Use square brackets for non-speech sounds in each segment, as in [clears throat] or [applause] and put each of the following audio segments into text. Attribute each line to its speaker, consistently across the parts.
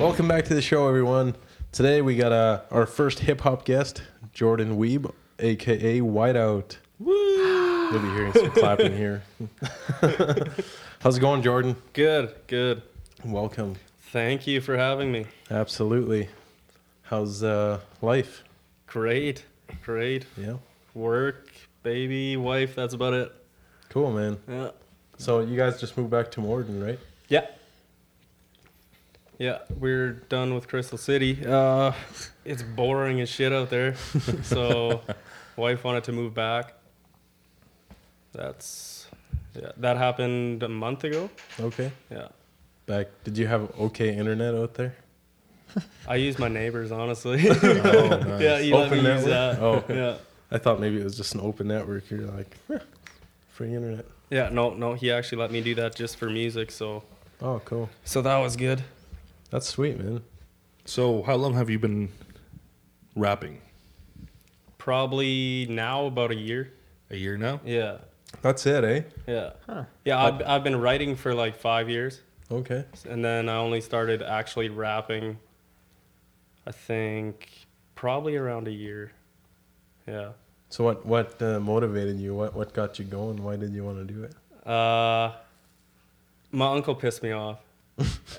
Speaker 1: Welcome back to the show, everyone. Today we got uh, our first hip hop guest, Jordan Weeb, aka Whiteout. Woo! You'll be hearing some clapping here. [laughs] How's it going, Jordan?
Speaker 2: Good, good.
Speaker 1: Welcome.
Speaker 2: Thank you for having me.
Speaker 1: Absolutely. How's uh, life?
Speaker 2: Great, great.
Speaker 1: Yeah.
Speaker 2: Work, baby, wife, that's about it.
Speaker 1: Cool, man.
Speaker 2: Yeah.
Speaker 1: So you guys just moved back to Morden, right?
Speaker 2: Yeah. Yeah, we're done with Crystal City. Uh, it's boring as shit
Speaker 1: [laughs]
Speaker 2: out there. so, wife wanted to move back. That's yeah, that happened a month ago.
Speaker 1: Okay.
Speaker 2: Yeah.
Speaker 1: Back. Did you have okay internet out there?
Speaker 2: I use my neighbors, honestly.
Speaker 1: Oh, nice.
Speaker 2: [laughs] yeah, you let me use that.
Speaker 1: Oh,
Speaker 2: Yeah.
Speaker 1: I thought maybe it was just an open network. You're like, "Huh, free internet.
Speaker 2: Yeah, no, no, he actually let me do that just for music, so
Speaker 1: Oh, cool.
Speaker 2: so that was good.
Speaker 1: That's sweet, man.
Speaker 3: So, how long have you been rapping?
Speaker 2: Probably now about a year.
Speaker 3: A year now?
Speaker 2: Yeah,
Speaker 1: That's it, eh?
Speaker 2: yeah, yeah. I've, I've been writing for like five years,
Speaker 1: Okay.
Speaker 2: and then I only started actually rapping. I think probably around a year. Yeah.
Speaker 1: So what what uh, motivated you? What what got you going? Why did you want to do it?
Speaker 2: Uh, my uncle pissed me [laughs] off.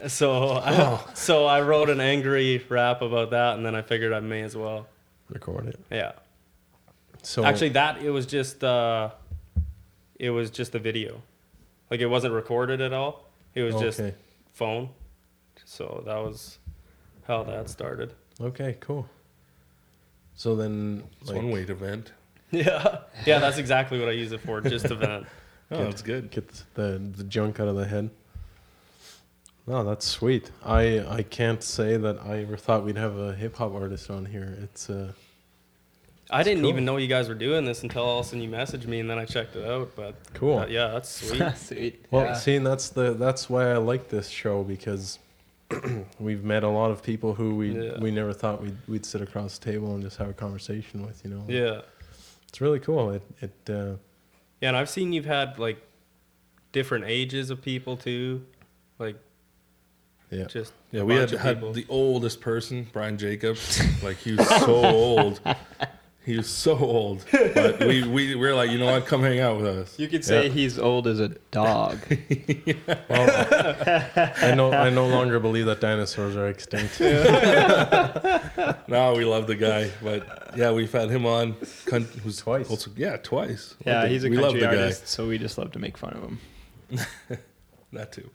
Speaker 2: so I, so I wrote an angry rap about that, and then I figured I may as well.
Speaker 1: Record it.
Speaker 2: Yeah.
Speaker 1: So
Speaker 2: Actually, that it was just uh, it was just a video, like it wasn't recorded at all. It was just
Speaker 1: okay.
Speaker 2: phone. So that was how that started. [laughs]
Speaker 1: Okay, cool. So then,
Speaker 3: It's
Speaker 1: like,
Speaker 3: one way to vent.
Speaker 2: Yeah, yeah, that's exactly what I use it
Speaker 1: [laughs]
Speaker 2: for, just to vent.
Speaker 3: Oh, that's good.
Speaker 1: get the the junk out of the head. No, that's sweet. I I can't say that I ever thought we'd have a hip hop artist on here. It's uh,
Speaker 2: I didn't
Speaker 1: cool.
Speaker 2: even know you guys were doing this until all of a sudden you messaged me, and then I checked it out. But
Speaker 1: cool.
Speaker 2: uh, yeah, that's
Speaker 1: [laughs]
Speaker 2: sweet.
Speaker 4: [laughs] Sweet.
Speaker 1: Well,
Speaker 4: Yeah.
Speaker 1: see, and that's the that's why I like this show because [clears throat] we've met a lot of people who we
Speaker 2: Yeah.
Speaker 1: we never thought we'd we'd sit across the table and just have a conversation with. You know,
Speaker 2: yeah,
Speaker 1: it's really cool. It it uh,
Speaker 2: yeah, and I've seen you've had like different ages of people too, like
Speaker 1: yeah.
Speaker 2: just
Speaker 3: Yeah,
Speaker 2: a
Speaker 3: we had,
Speaker 2: bunch of people.
Speaker 3: had the oldest person, Brian Jacobs. Like, he was so old. He was so old. But we, we, we are like, you know what? Come hang out with us.
Speaker 4: You could say
Speaker 1: Yeah.
Speaker 4: he's old as a
Speaker 3: [laughs]
Speaker 4: dog.
Speaker 1: Well, I no I no longer believe that dinosaurs are extinct.
Speaker 3: No, we love the guy. But yeah, we've had him on. Con- who's
Speaker 1: Twice.
Speaker 3: Also, yeah, twice.
Speaker 4: yeah, he's a
Speaker 3: we
Speaker 4: country
Speaker 3: love the
Speaker 4: artist, so we just love to make fun of
Speaker 3: [laughs]
Speaker 4: him.
Speaker 3: guy. That too.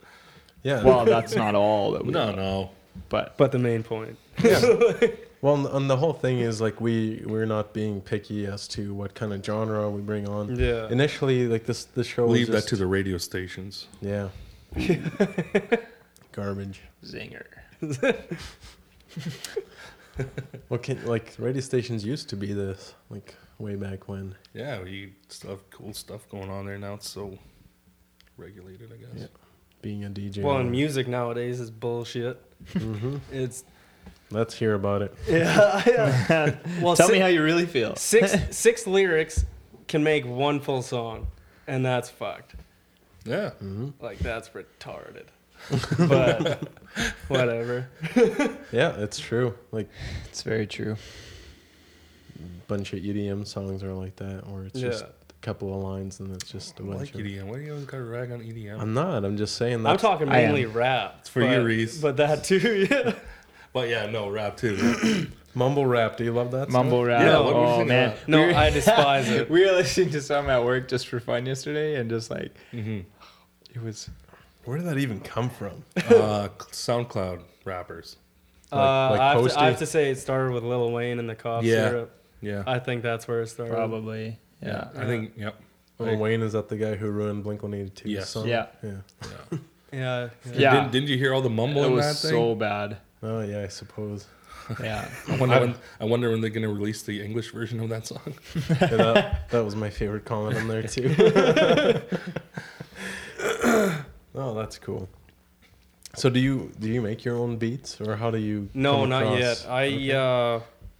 Speaker 1: Yeah.
Speaker 4: Well, that's not all that we
Speaker 3: No,
Speaker 4: no.
Speaker 3: no.
Speaker 4: but
Speaker 2: but the main point.
Speaker 1: Well, and- and the whole thing is like we we're not being picky as to what kind of genre we bring on.
Speaker 2: Yeah.
Speaker 1: Initially, like this the show
Speaker 3: Leave
Speaker 1: was
Speaker 3: that
Speaker 1: just,
Speaker 3: to the radio stations.
Speaker 1: yeah. Garbage.
Speaker 4: zinger.
Speaker 1: Well, can, like radio stations used to be this, like way back when.
Speaker 3: Yeah, you still have cool stuff going on there now. It's so regulated, I guess.
Speaker 1: Yeah. Being a DJ.
Speaker 2: Well, and music nowadays is bullshit.
Speaker 1: Mhm.
Speaker 2: [laughs] It's
Speaker 1: Let's hear about it.
Speaker 2: [laughs] yeah.
Speaker 4: [laughs]
Speaker 2: well,
Speaker 4: Tell
Speaker 2: si-
Speaker 4: me how you really feel.
Speaker 2: six six lyrics can make one full song, and that's fucked.
Speaker 3: Yeah.
Speaker 2: Like that's retarded. But whatever.
Speaker 1: Yeah, it's true. Like
Speaker 4: It's very true.
Speaker 1: bunch of EDM songs are like that, or it's
Speaker 2: Yeah.
Speaker 1: just a couple of lines and it's just a
Speaker 3: I
Speaker 1: bunch
Speaker 3: like
Speaker 1: of.
Speaker 3: EDM. Why do you always got to rag on E EDM?
Speaker 1: I'm not. I'm just saying
Speaker 2: I'm
Speaker 1: that.
Speaker 2: talking
Speaker 4: I am.
Speaker 2: mainly rap. It's
Speaker 3: for
Speaker 2: but,
Speaker 3: you, Reese.
Speaker 2: But that too. [laughs] Yeah.
Speaker 3: but yeah, no rap too.
Speaker 1: mumble rap. Do you love that?
Speaker 4: Mumble rap.
Speaker 3: Yeah, what were you
Speaker 4: oh
Speaker 3: thinking
Speaker 4: man.
Speaker 3: about?
Speaker 2: No,
Speaker 4: We were- [laughs]
Speaker 2: I despise it.
Speaker 4: we were listening to some at work just for fun yesterday, and just like
Speaker 3: hmm
Speaker 4: it was.
Speaker 1: Song? Where did that even come from?
Speaker 3: Uh, SoundCloud rappers.
Speaker 2: Uh,
Speaker 1: like
Speaker 2: I, have
Speaker 1: Posty?
Speaker 2: to, I have to say it started with Lil Wayne and the cough
Speaker 3: Yeah.
Speaker 2: syrup.
Speaker 3: Yeah,
Speaker 2: I think that's where it started.
Speaker 4: Probably. uh, Yeah.
Speaker 3: I think. Yep.
Speaker 1: Lil
Speaker 3: Like-
Speaker 1: Wayne is that the guy who ruined Blink 182's
Speaker 3: Yes.
Speaker 1: song?
Speaker 4: Yeah.
Speaker 1: Yeah.
Speaker 3: Yeah.
Speaker 2: Yeah.
Speaker 4: Yeah.
Speaker 3: Didn't, didn't you hear all the mumble
Speaker 4: It
Speaker 3: in
Speaker 4: was
Speaker 3: that
Speaker 4: so
Speaker 3: [laughs]
Speaker 4: bad.
Speaker 1: Oh yeah, I suppose.
Speaker 4: Yeah.
Speaker 3: thing? [laughs] I wonder, when, I wonder when they're gonna release the English version of that song. [laughs]
Speaker 1: Yeah, that, that was my favorite comment on there too. oh, that's cool. So do you do you make your own beats or how do you?
Speaker 2: No,
Speaker 1: come
Speaker 2: not
Speaker 1: across-
Speaker 2: yet. I
Speaker 1: Okay.
Speaker 2: uh,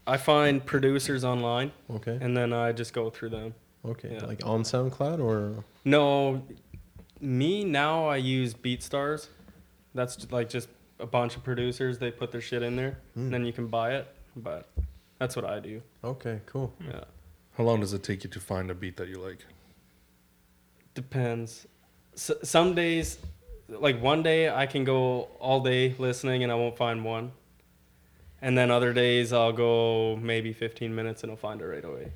Speaker 2: I find producers online
Speaker 1: okay.
Speaker 2: and then I just go through them.
Speaker 1: Okay.
Speaker 2: uh, yeah.
Speaker 1: Like on SoundCloud or
Speaker 2: No, me now I use BeatStars. That's j- like just a bunch of producers. They put their shit in there, and then you can buy it. But that's what I do.
Speaker 1: Okay, cool.
Speaker 2: Yeah,
Speaker 3: How long does it take you to find a beat that you like?
Speaker 2: depends. S some days, like one day, I can go all day listening and I won't find one. And then other days, I'll go maybe 15 minutes and I'll find it right away.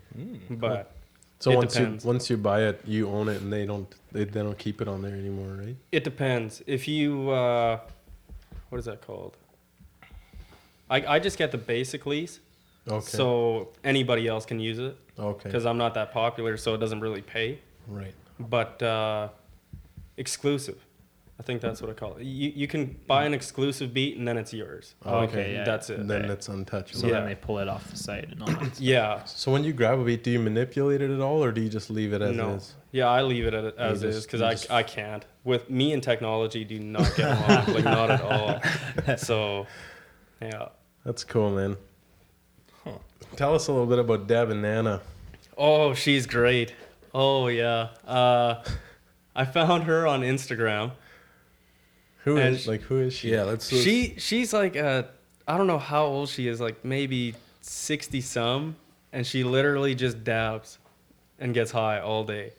Speaker 2: But
Speaker 1: So
Speaker 2: It
Speaker 1: once
Speaker 2: depends.
Speaker 1: you once you buy it, you own it, and they don't they, they don't keep it on there anymore, right?
Speaker 2: It depends. If you, uh, what is that called? I, I just get the basic lease,
Speaker 1: Okay.
Speaker 2: so anybody else can use it
Speaker 1: okay.
Speaker 2: because I'm not that popular, so it doesn't really pay.
Speaker 1: Right.
Speaker 2: But uh, exclusive, I think that's what I call it. You, you can buy an exclusive beat and then it's yours.
Speaker 1: Oh, Okay.
Speaker 4: yeah.
Speaker 2: That's it.
Speaker 1: And then
Speaker 4: Okay.
Speaker 1: it's untouchable.
Speaker 4: So
Speaker 2: Yeah.
Speaker 4: then they pull it off the site and all
Speaker 2: [laughs]
Speaker 4: that. stuff.
Speaker 2: Yeah,
Speaker 1: So when you grab a beat, do you manipulate it at all, or do you just leave it as
Speaker 2: no,
Speaker 1: it is?
Speaker 2: yeah, I leave it at, as
Speaker 1: You
Speaker 2: is
Speaker 1: just-
Speaker 2: because
Speaker 1: you
Speaker 2: I,
Speaker 1: just-
Speaker 2: I can't. With me and technology, do not get along, like not at
Speaker 1: [laughs]
Speaker 2: all. So, yeah.
Speaker 1: That's cool, man.
Speaker 3: Huh.
Speaker 1: Tell us a little bit about Deb and Nana.
Speaker 2: Oh, she's great. Oh yeah. Uh, I found her on Instagram.
Speaker 1: Who
Speaker 2: And
Speaker 1: is like who is she?
Speaker 3: Yeah, that's
Speaker 2: She she's like uh I don't know how old she is, like maybe sixty some, and she literally just dabs and gets high all day,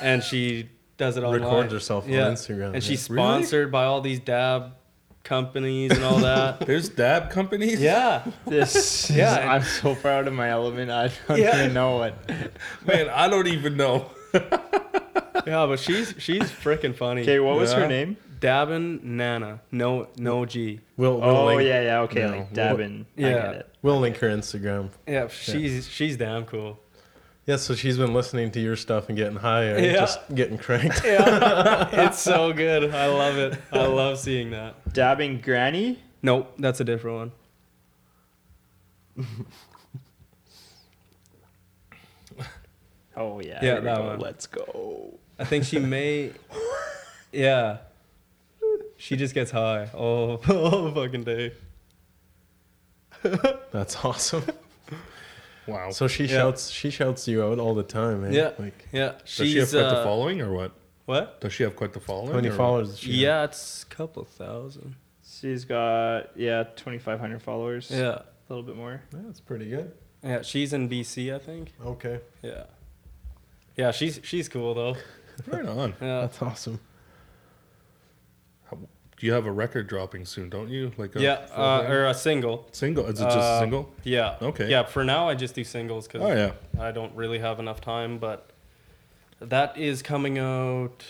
Speaker 2: and she does it online.
Speaker 1: Records herself on Instagram,
Speaker 2: and
Speaker 1: yeah.
Speaker 2: she's
Speaker 3: Really?
Speaker 2: sponsored by all these dab companies and all
Speaker 3: [laughs]
Speaker 2: that.
Speaker 3: There's dab companies.
Speaker 2: yeah.
Speaker 4: [laughs] This, is-
Speaker 2: Yeah, and-
Speaker 4: I'm so proud of my element. I don't
Speaker 2: Yeah.
Speaker 4: even know
Speaker 2: [laughs]
Speaker 4: what.
Speaker 3: [laughs] man, I don't even know.
Speaker 2: Yeah, but she's she's freaking funny.
Speaker 4: Okay, what was
Speaker 3: Yeah.
Speaker 4: her name?
Speaker 2: Dabbin Nana. No no G.
Speaker 1: We'll, we'll
Speaker 4: Oh
Speaker 1: link,
Speaker 4: yeah, yeah. Okay,
Speaker 1: No,
Speaker 4: like
Speaker 1: what-
Speaker 4: Dabin. I
Speaker 2: Yeah.
Speaker 4: get it.
Speaker 1: We'll link her Instagram.
Speaker 2: Yeah, she's she's damn cool.
Speaker 1: Yeah. So she's been listening to your stuff and getting high, or
Speaker 2: Yeah.
Speaker 1: just getting cranked.
Speaker 2: Yeah, [laughs] it's so good. I love it. I love seeing that.
Speaker 4: Dabbing Granny.
Speaker 2: Nope, that's a different one.
Speaker 4: Oh yeah.
Speaker 2: Yeah,
Speaker 4: here we
Speaker 2: that
Speaker 4: go.
Speaker 2: one.
Speaker 4: Let's go.
Speaker 2: I think she may. Yeah, she just gets high all [laughs] all fucking day.
Speaker 1: That's
Speaker 2: [laughs]
Speaker 1: awesome.
Speaker 3: Wow. So
Speaker 1: So she shouts she shouts you out all the time, man.
Speaker 2: Yeah,
Speaker 1: Like
Speaker 2: yeah.
Speaker 3: does
Speaker 2: She's
Speaker 3: she have quite the
Speaker 2: uh,
Speaker 3: following or what?
Speaker 2: What?
Speaker 3: Does she have quite the following?
Speaker 1: how many
Speaker 3: or what?
Speaker 1: followers? does she have?
Speaker 2: Yeah, it's a couple thousand.
Speaker 4: She's got yeah 2,500 followers.
Speaker 2: Yeah,
Speaker 4: a little bit more.
Speaker 1: Yeah, That's pretty good.
Speaker 2: yeah. She's in BC, I think.
Speaker 1: Okay.
Speaker 2: Yeah, yeah. She's she's cool though.
Speaker 3: Right on.
Speaker 2: Yeah,
Speaker 1: That's awesome.
Speaker 3: You have a record dropping soon, don't you? Like a
Speaker 2: yeah.
Speaker 3: full
Speaker 2: Uh,
Speaker 3: thing?
Speaker 2: or a single.
Speaker 3: single? Is it just
Speaker 2: Uh,
Speaker 3: a single?
Speaker 2: Yeah.
Speaker 3: Okay.
Speaker 2: Yeah. For now, I just do singles because
Speaker 3: Oh yeah.
Speaker 2: I don't really have enough time, but that is coming out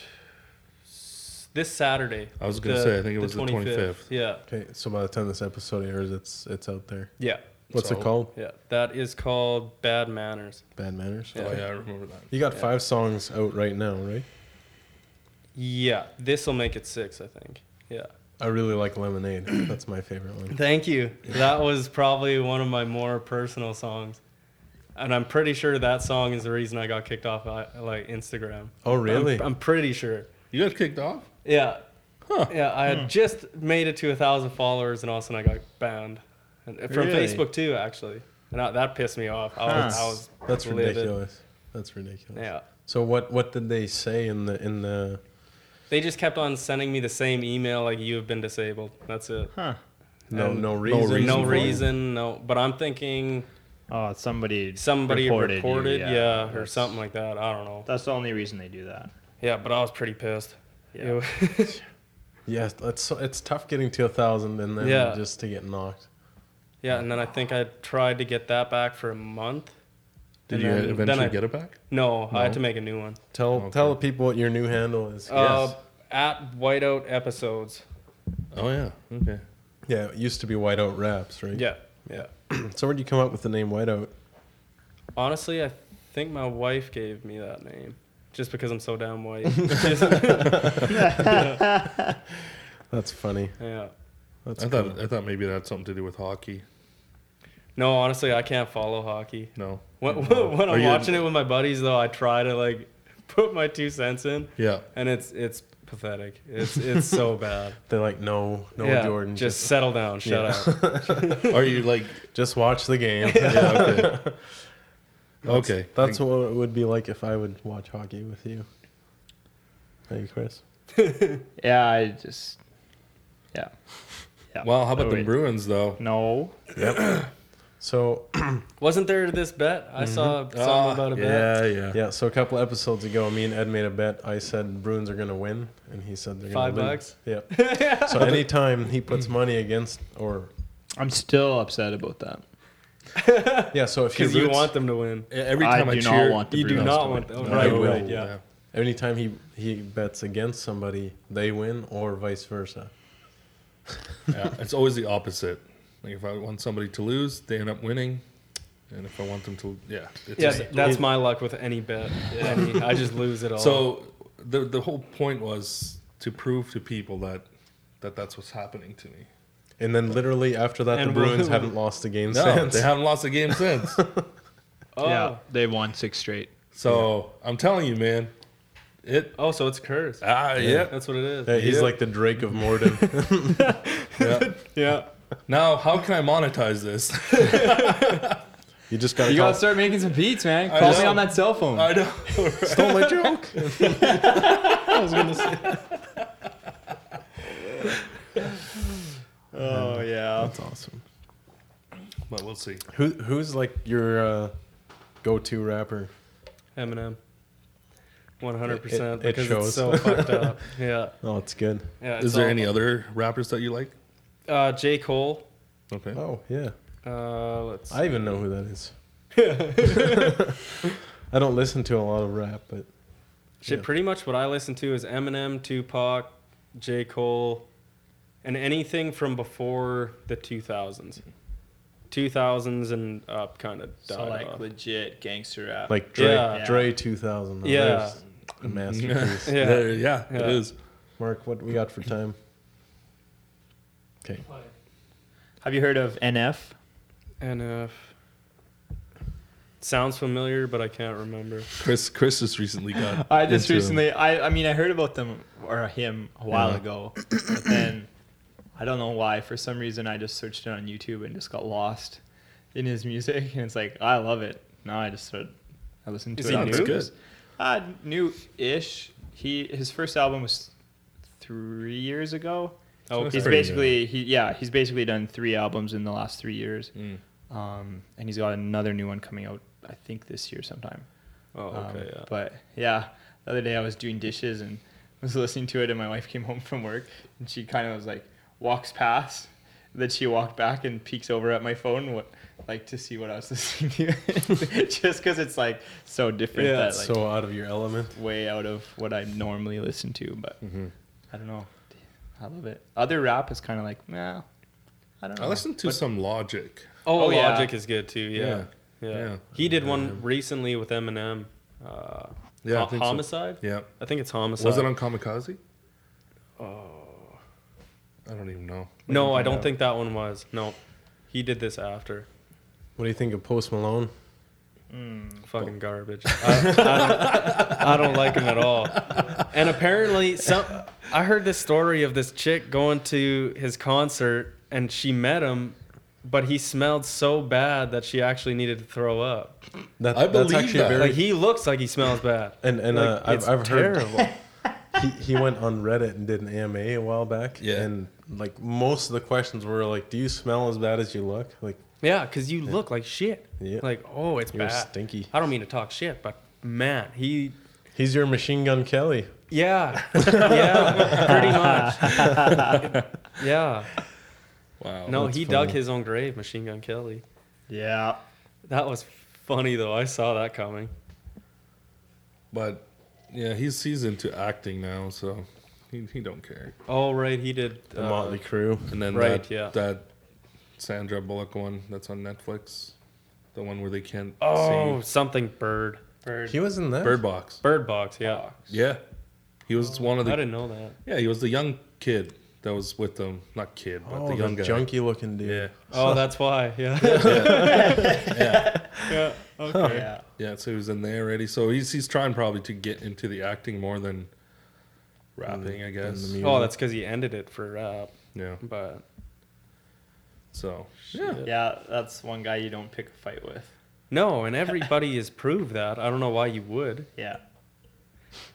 Speaker 2: s- this Saturday.
Speaker 3: I was gonna say, I think it was the 25th.
Speaker 2: Yeah,
Speaker 1: Okay. So by the time this episode airs, it's it's out there.
Speaker 2: yeah,
Speaker 1: What's
Speaker 3: So-
Speaker 1: it called?
Speaker 2: yeah. That is called Bad Manners.
Speaker 1: Bad manners.
Speaker 2: Yeah.
Speaker 3: Oh yeah, I remember that.
Speaker 1: You got
Speaker 2: Yeah.
Speaker 1: five songs out right now, right?
Speaker 2: Yeah, this will make it six, I think. Yeah.
Speaker 1: I really like [clears throat] Lemonade. That's my favorite one.
Speaker 2: Thank you. That was probably one of my more personal songs, and I'm pretty sure that song is the reason I got kicked off uh, like Instagram.
Speaker 1: Oh, really?
Speaker 2: I'm, I'm pretty sure.
Speaker 3: You got kicked off?
Speaker 2: Yeah.
Speaker 3: Huh.
Speaker 2: Yeah, I
Speaker 4: Hmm.
Speaker 2: had just made it to a thousand followers, and all of a sudden I got banned and, from
Speaker 4: Really?
Speaker 2: Facebook too, actually, and I, that pissed me off. I was,
Speaker 4: Huh.
Speaker 2: I was
Speaker 1: That's
Speaker 2: livid.
Speaker 1: ridiculous. That's ridiculous.
Speaker 2: Yeah,
Speaker 1: So what what did they say in the in the
Speaker 2: they just kept on sending me the same email like you have been disabled. That's it.
Speaker 4: Huh.
Speaker 1: no
Speaker 2: And
Speaker 1: no
Speaker 2: no
Speaker 1: reason
Speaker 3: reason
Speaker 2: no
Speaker 1: for it?
Speaker 2: reason, no. But I'm thinking
Speaker 4: Oh, somebody.
Speaker 2: somebody reported,
Speaker 4: Reported you,
Speaker 2: yeah,
Speaker 4: yeah.
Speaker 2: or
Speaker 4: That's-
Speaker 2: something like that. I don't know.
Speaker 4: That's the only reason they do that.
Speaker 2: Yeah, but I was pretty pissed.
Speaker 4: Yeah.
Speaker 2: Yeah.
Speaker 1: Yes, it's so- it's tough getting to a thousand and then
Speaker 2: Yeah.
Speaker 1: just to get knocked.
Speaker 2: [laughs] yeah, and then I think I tried to get that back for a month.
Speaker 3: Did
Speaker 2: And
Speaker 3: you
Speaker 2: then- then
Speaker 3: eventually
Speaker 2: I-
Speaker 3: get it back?
Speaker 2: No, I had
Speaker 3: No.
Speaker 2: to make a new one.
Speaker 1: Tell
Speaker 3: Okay.
Speaker 1: tell the people what your new handle is.
Speaker 2: Uh, at Whiteout Episodes.
Speaker 3: Oh yeah. Okay.
Speaker 1: yeah, it used to be Whiteout Raps, right?
Speaker 2: Yeah, yeah.
Speaker 1: [clears throat] So where'd you come up with the name Whiteout?
Speaker 2: Honestly, I think my wife gave me that name just because I'm so damn white. [laughs]
Speaker 1: That's funny.
Speaker 2: yeah.
Speaker 1: That's
Speaker 3: I
Speaker 1: cool.
Speaker 3: thought I thought maybe that had something to do with hockey.
Speaker 2: No, honestly, I can't follow hockey.
Speaker 3: No.
Speaker 2: When, when
Speaker 3: Are
Speaker 2: I'm
Speaker 3: you-
Speaker 2: watching it with my buddies, though, I try to like [laughs] put my two cents in,
Speaker 3: Yeah.
Speaker 2: and it's it's pathetic. It's it's so bad.
Speaker 1: They're like, no, no,
Speaker 2: Yeah,
Speaker 1: Jordan,
Speaker 2: just,
Speaker 1: just
Speaker 2: settle down. Shut
Speaker 1: [laughs]
Speaker 2: up.
Speaker 3: Are you like?
Speaker 4: [laughs]
Speaker 1: just watch the
Speaker 2: [laughs]
Speaker 1: game.
Speaker 3: Yeah. Okay. okay.
Speaker 1: That's what it would be like if I would watch hockey with you. Hey, Chris.
Speaker 4: Yeah, I just. Yeah. Yeah.
Speaker 3: Well, how about
Speaker 4: Oh,
Speaker 3: the
Speaker 4: wait.
Speaker 3: Bruins though?
Speaker 4: No.
Speaker 1: [clears throat] So
Speaker 2: [laughs] Wasn't there this bet? I saw something
Speaker 3: Ah,
Speaker 2: about a bet.
Speaker 3: yeah, yeah,
Speaker 1: yeah, so a couple episodes ago, me and Ed made a bet. I said Bruins are gonna win, and he said they're
Speaker 2: Five
Speaker 1: gonna
Speaker 2: bucks?
Speaker 1: Win.
Speaker 2: [laughs]
Speaker 1: Yeah. so anytime he puts money against or
Speaker 4: I'm still upset about that.
Speaker 1: yeah, so if he
Speaker 2: Because you
Speaker 1: roots,
Speaker 2: want them to win.
Speaker 3: Yeah, E, Every
Speaker 4: I
Speaker 3: time I,
Speaker 4: do not
Speaker 3: cheer,
Speaker 2: [laughs]
Speaker 4: want the
Speaker 2: You do
Speaker 4: Bruins
Speaker 2: not
Speaker 4: to
Speaker 2: want them.
Speaker 1: No,
Speaker 2: right,
Speaker 1: no.
Speaker 2: right, yeah.
Speaker 1: anytime he he bets against somebody, they win or vice versa.
Speaker 3: yeah, it's always the opposite. Like if I want somebody to lose, they end up winning, and if I want them to, yeah, it's
Speaker 2: Yeah,
Speaker 3: just-
Speaker 2: th- that's my luck with any bet. Any, I just lose it all.
Speaker 3: So the the whole point was to prove to people that that that's what's happening to me.
Speaker 1: And then literally after that, the
Speaker 2: And
Speaker 1: Bruins [laughs]
Speaker 2: we'll-
Speaker 1: haven't lost a game
Speaker 3: No,
Speaker 1: since.
Speaker 3: they haven't lost a game since.
Speaker 2: oh.
Speaker 4: Yeah, they won six straight.
Speaker 3: so I'm telling you, man, it
Speaker 2: oh, so it's cursed.
Speaker 3: ah yeah.
Speaker 2: That's what it is.
Speaker 1: Yeah, he's
Speaker 3: Yeah.
Speaker 1: like the Drake of [laughs] Morden.
Speaker 3: yeah.
Speaker 2: Yeah.
Speaker 3: Now how can I monetize this? [laughs]
Speaker 1: you just gotta,
Speaker 4: You gotta
Speaker 1: call,
Speaker 4: start making some beats, man.
Speaker 3: I
Speaker 4: Call me
Speaker 3: know.
Speaker 4: on that cell phone.
Speaker 3: I know.
Speaker 4: [laughs]
Speaker 1: stole my joke.
Speaker 2: I was gonna say.
Speaker 4: oh yeah.
Speaker 1: That's awesome.
Speaker 3: But we'll see.
Speaker 1: Who who's like your uh, go-to rapper?
Speaker 2: Eminem. One hundred percent.
Speaker 1: It- it- it
Speaker 2: Because
Speaker 1: shows.
Speaker 2: it's so fucked
Speaker 3: [laughs]
Speaker 2: up. Yeah.
Speaker 1: Oh, it's good.
Speaker 2: Yeah.
Speaker 3: Is
Speaker 2: it's
Speaker 3: there
Speaker 2: all-
Speaker 3: any other rappers that you like?
Speaker 2: Uh, J. Cole.
Speaker 3: Okay. [laughs]
Speaker 1: Oh yeah,
Speaker 2: Uh, let's.
Speaker 1: I even know who that [laughs] is. I don't listen to a lot of rap, but
Speaker 2: Shit,
Speaker 1: yeah.
Speaker 2: pretty much what I listen to is Eminem, Tupac, J. Cole, and anything from before the two thousands. Two thousands and up, kind of died
Speaker 4: Mm-hmm. So like
Speaker 2: off.
Speaker 4: legit gangster rap.
Speaker 1: like Dre,
Speaker 2: Yeah.
Speaker 1: Dre 2000. Oh,
Speaker 2: Yeah.
Speaker 1: there's a [laughs] masterpiece.
Speaker 2: Yeah.
Speaker 3: There- yeah,
Speaker 2: Yeah.
Speaker 3: it is.
Speaker 1: Mark, what we got for time? Okay,
Speaker 4: have you heard of NF?
Speaker 2: NF. Sounds familiar, but I can't remember.
Speaker 3: Chris Chris just recently got
Speaker 4: I just
Speaker 3: into him.
Speaker 4: recently, I, I mean, I heard about them or him a while
Speaker 3: Yeah.
Speaker 4: ago, but then I don't know why. For some reason, I just searched it on YouTube and just got lost in his music, and it's like I love it. Now I just started, I listened to
Speaker 2: Is
Speaker 4: it.
Speaker 2: he
Speaker 4: on
Speaker 2: new?
Speaker 4: purpose. Uh, new-ish. He his first album was three years ago.
Speaker 2: Oh,
Speaker 3: it's
Speaker 4: he's
Speaker 3: pretty new.
Speaker 4: basically he yeah he's basically done three albums in the last three years,
Speaker 3: Mm.
Speaker 4: um, and he's got another new one coming out I think this year sometime.
Speaker 2: Oh,
Speaker 4: Um,
Speaker 2: okay, yeah.
Speaker 4: But yeah, the other day I was doing dishes and [laughs] was listening to it, and my wife came home from work, and she kind of was like walks past, then she walked back and peeks over at my phone, what like to see what I was [laughs] listening to, [laughs] just because it's like so different
Speaker 2: Yeah,
Speaker 4: that
Speaker 1: that's
Speaker 4: like
Speaker 1: so out of your element.
Speaker 4: way out of what I normally listen to. But
Speaker 2: Mm-hmm.
Speaker 4: I don't know, I love it. Other rap is kind of like nah, I don't know.
Speaker 3: I listened to
Speaker 4: But
Speaker 3: some Logic.
Speaker 2: Oh,
Speaker 4: Oh, yeah.
Speaker 2: Logic is good too. Yeah. yeah,
Speaker 3: Yeah.
Speaker 2: He did one recently with Eminem. Uh,
Speaker 3: Yeah, I
Speaker 2: yeah,
Speaker 3: think so.
Speaker 2: homicide.
Speaker 3: Yeah.
Speaker 2: I think it's homicide.
Speaker 3: Was it on Kamikaze?
Speaker 1: Uh,
Speaker 2: Oh.
Speaker 3: I don't even know.
Speaker 2: No, I
Speaker 3: find
Speaker 2: don't
Speaker 3: out.
Speaker 2: think that one was. No, he did this after.
Speaker 1: What do you think of Post Malone?
Speaker 2: Fucking garbage. I, I, don't, I don't like him at all. And apparently, some I heard this story of this chick going to his concert and she met him, but he smelled so bad that she actually needed to throw up.
Speaker 1: That,
Speaker 3: I
Speaker 1: that's
Speaker 3: believe
Speaker 1: actually
Speaker 3: that.
Speaker 1: very
Speaker 2: Like he looks like he smells bad.
Speaker 1: And and
Speaker 2: Like,
Speaker 1: uh, I've
Speaker 2: it's
Speaker 1: I've heard [laughs] he he went on Reddit and did an AMA a while back.
Speaker 3: Yeah.
Speaker 1: And like most of the questions were like, "Do you smell as bad as you look?" Like,
Speaker 2: Yeah, because you look like shit.
Speaker 1: Yeah.
Speaker 2: Like, oh, it's
Speaker 1: You're
Speaker 2: bad.
Speaker 1: stinky.
Speaker 2: I don't mean to talk shit, but man,
Speaker 1: [laughs]
Speaker 2: he.
Speaker 1: he's your machine gun Kelly.
Speaker 2: Yeah. yeah, pretty much. [laughs] yeah.
Speaker 3: Wow.
Speaker 2: No,
Speaker 1: that's
Speaker 2: he
Speaker 1: funny.
Speaker 2: dug his own grave, Machine Gun Kelly.
Speaker 4: yeah.
Speaker 2: That was funny, though. I saw that coming.
Speaker 3: But yeah, he's he's into acting now, so he, he don't care.
Speaker 2: Oh, right. He did.
Speaker 1: The
Speaker 3: Uh-huh.
Speaker 2: uh,
Speaker 1: Motley Crew.
Speaker 3: And then
Speaker 2: Right,
Speaker 3: that,
Speaker 2: yeah.
Speaker 3: that Sandra Bullock one that's on Netflix, the one where they can't
Speaker 2: oh,
Speaker 3: see
Speaker 2: something bird. Bird.
Speaker 1: He was in that.
Speaker 3: Bird Box.
Speaker 2: Bird box, yeah.
Speaker 3: Yeah, he was one
Speaker 2: I
Speaker 3: of the
Speaker 2: didn't know that.
Speaker 3: yeah he was the young kid that was with them, not kid, but
Speaker 1: Oh,
Speaker 3: the young
Speaker 1: the
Speaker 3: guy.
Speaker 1: junky looking dude.
Speaker 2: [laughs]
Speaker 3: Yeah,
Speaker 1: [laughs]
Speaker 2: Oh, that's why. Yeah.
Speaker 3: yeah,
Speaker 4: [laughs]
Speaker 2: yeah. Okay.
Speaker 4: Yeah.
Speaker 3: yeah. So he was in there already. So he's he's trying probably to get into the acting more than rapping, I
Speaker 1: the
Speaker 3: guess.
Speaker 1: music.
Speaker 2: Oh, that's because he ended it for rap.
Speaker 3: Yeah.
Speaker 2: But
Speaker 3: So
Speaker 4: yeah, yeah, that's one guy you don't pick a fight with.
Speaker 2: no, and everybody has proved that. I don't know why you would.
Speaker 4: Yeah.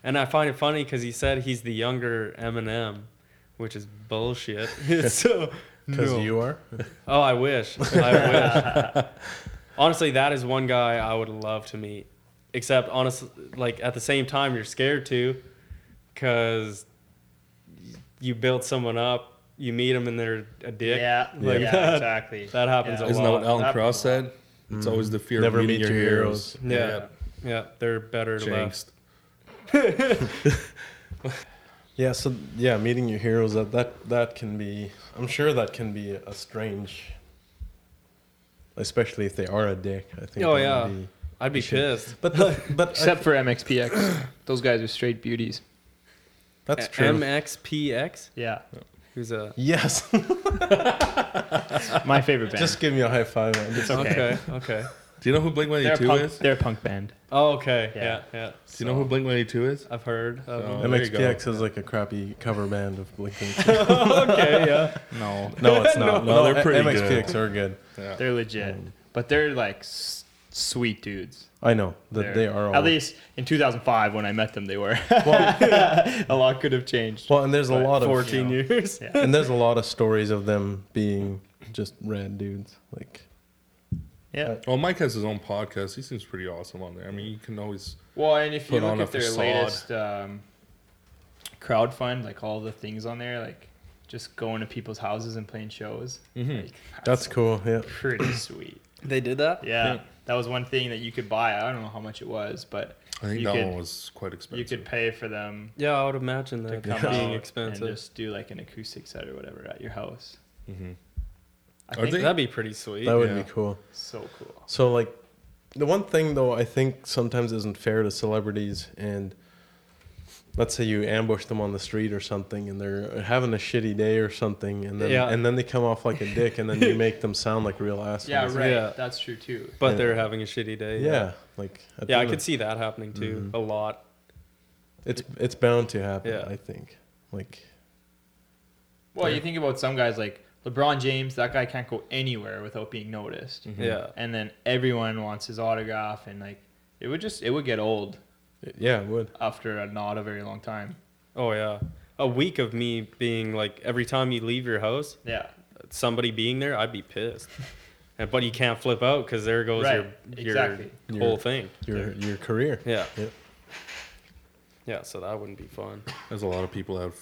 Speaker 2: And I find it funny because he said he's the younger Eminem, which is bullshit. [laughs] so
Speaker 1: Because
Speaker 3: No.
Speaker 1: you are. [laughs]
Speaker 2: Oh, I wish. I wish. honestly, that is one guy I would love to meet. Except, honestly, like at the same time, you're scared to, because you build someone up, you meet them, and they're a dick.
Speaker 4: Yeah,
Speaker 2: Like [laughs]
Speaker 4: yeah,
Speaker 2: that.
Speaker 4: exactly.
Speaker 2: That happens
Speaker 4: Yeah.
Speaker 2: a
Speaker 3: Isn't that
Speaker 2: lot.
Speaker 3: what Alan
Speaker 4: That-
Speaker 3: Cross said? It's always the fear
Speaker 1: Never
Speaker 3: of meeting
Speaker 1: meet
Speaker 3: your,
Speaker 1: your
Speaker 3: heroes.
Speaker 2: yeah. yeah, they're better to left.
Speaker 3: Jinxed.
Speaker 1: Yeah. So yeah, meeting your heroes that that that can be. I'm sure that can be a strange. Especially if they are a dick, I think. that
Speaker 2: Oh,
Speaker 1: would
Speaker 2: yeah.
Speaker 1: be-
Speaker 2: I'd be
Speaker 1: Shit.
Speaker 2: pissed.
Speaker 1: but the, but
Speaker 2: [laughs]
Speaker 1: uh, I-
Speaker 4: Except for [clears throat] MXPX, those guys are straight beauties.
Speaker 1: that's
Speaker 2: A-
Speaker 1: true.
Speaker 2: MXPX,
Speaker 4: Yeah,
Speaker 2: who's a
Speaker 1: yes. [laughs]
Speaker 4: [laughs] my favorite band.
Speaker 1: Just give me a high five. man. It's-
Speaker 4: okay.
Speaker 2: okay, okay.
Speaker 3: Do you know who Blink
Speaker 4: They're a
Speaker 3: 182
Speaker 4: punk.
Speaker 3: is? Do
Speaker 4: They're a punk band.
Speaker 2: Oh, okay.
Speaker 4: Yeah.
Speaker 2: Yeah, yeah.
Speaker 3: you know who Blink 182 is?
Speaker 2: I've heard. Of
Speaker 3: So-
Speaker 1: Oh,
Speaker 2: 'em.
Speaker 3: there you go.
Speaker 1: MXPX is like a crappy cover band of Blink.
Speaker 2: [laughs] okay, yeah.
Speaker 3: No.
Speaker 1: No, it's not.
Speaker 3: No, they're pretty
Speaker 1: MXPX are good.
Speaker 3: Yeah.
Speaker 4: They're legit, but they're like s- sweet dudes.
Speaker 1: I know that
Speaker 4: They're-
Speaker 1: they are all.
Speaker 4: At least in 2005, when I met them, they were. [laughs] a lot could have changed.
Speaker 1: Well, and there's a
Speaker 4: But
Speaker 1: lot of
Speaker 2: 14 years.
Speaker 4: [laughs] Yeah.
Speaker 1: and there's a lot of stories of them being just rad dudes. Like
Speaker 4: yeah.
Speaker 3: Well, Oh, Mike has his own podcast. He seems pretty awesome on there. I mean, you can always.
Speaker 4: Well, and if you
Speaker 3: Put
Speaker 4: look
Speaker 3: on a
Speaker 4: at their
Speaker 3: facade.
Speaker 4: latest um, crowd fund, like all the things on there, like just going to people's houses and playing shows, like,
Speaker 1: that's cool. Yeah,
Speaker 2: [coughs]
Speaker 4: pretty sweet.
Speaker 2: They did that?
Speaker 4: Yeah, that was one thing that you could buy. I don't know how much it was, but
Speaker 3: I think
Speaker 4: You
Speaker 3: that
Speaker 4: could-
Speaker 3: one was quite expensive.
Speaker 4: you could pay for them
Speaker 2: Yeah, I would imagine
Speaker 4: to
Speaker 2: that
Speaker 4: come out
Speaker 2: being
Speaker 4: and
Speaker 2: expensive.
Speaker 4: just do like an acoustic set or whatever at your house.
Speaker 3: Mhm.
Speaker 4: I
Speaker 3: Are
Speaker 4: think
Speaker 3: they-
Speaker 2: That'd be pretty sweet.
Speaker 1: that would
Speaker 3: Yeah.
Speaker 1: be cool.
Speaker 4: that's so cool.
Speaker 1: So like the one thing though I think sometimes isn't fair to celebrities and let's say you ambush them on the street or something and they're having a shitty day or something and then
Speaker 2: Yeah.
Speaker 1: and then they come off like a dick and then you make them sound like real assholes.
Speaker 4: Yeah, right.
Speaker 2: Yeah.
Speaker 4: That's true too.
Speaker 2: but they're having a shitty day.
Speaker 1: Yeah, like
Speaker 2: Yeah, I
Speaker 1: think
Speaker 2: could see that happening too
Speaker 4: Mm-hmm.
Speaker 2: a lot.
Speaker 1: It's it's bound to happen.
Speaker 2: Yeah.
Speaker 1: I think. Like
Speaker 4: Well, you think about some guys like LeBron James. That guy can't go anywhere without being noticed.
Speaker 2: Yeah.
Speaker 4: and then everyone wants his autograph and like it would just it would get old
Speaker 1: yeah, it would.
Speaker 4: after a, not a very long time
Speaker 2: Oh yeah. A week of me being like every time you leave your house,
Speaker 4: yeah
Speaker 2: somebody being there, I'd be pissed. and, but you can't flip out because there goes
Speaker 4: Right,
Speaker 2: your your
Speaker 4: exactly.
Speaker 2: whole
Speaker 1: Your-
Speaker 2: thing.
Speaker 1: Your your career.
Speaker 2: Yeah.
Speaker 1: Yeah.
Speaker 2: Yeah, so that wouldn't be
Speaker 4: [laughs]
Speaker 2: fun.
Speaker 3: There's a lot of people that have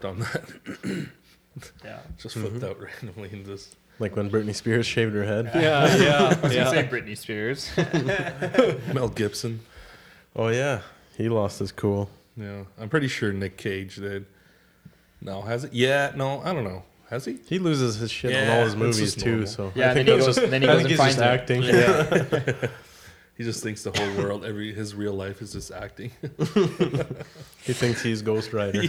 Speaker 3: done that. [laughs]
Speaker 4: yeah
Speaker 3: Just flipped out randomly and just. [laughs]
Speaker 1: Like when Britney Spears shaved her head.
Speaker 2: Yeah, [laughs]
Speaker 4: [laughs]
Speaker 2: yeah,
Speaker 4: yeah.
Speaker 2: yeah.
Speaker 4: say
Speaker 2: [laughs]
Speaker 4: Britney Spears [laughs]
Speaker 3: Mel Gibson.
Speaker 1: Oh yeah, he lost his cool.
Speaker 3: Yeah. I'm pretty sure Nick Cage did. No, has it? Yeah, no, I don't know. Has he?
Speaker 1: He loses his shit on
Speaker 3: Yeah,
Speaker 1: all his
Speaker 3: that's
Speaker 1: movies
Speaker 3: just
Speaker 1: too.
Speaker 3: normal.
Speaker 1: So
Speaker 4: Yeah,
Speaker 1: I
Speaker 4: then
Speaker 1: think
Speaker 4: he
Speaker 1: that's
Speaker 4: goes-
Speaker 1: just,
Speaker 4: then he
Speaker 1: I
Speaker 4: goes
Speaker 1: think
Speaker 4: and
Speaker 1: he's just
Speaker 4: finds it.
Speaker 1: acting.
Speaker 3: He just thinks the whole world, every his real life is just acting.
Speaker 1: [laughs]
Speaker 3: [laughs]
Speaker 1: He thinks he's Ghost Rider.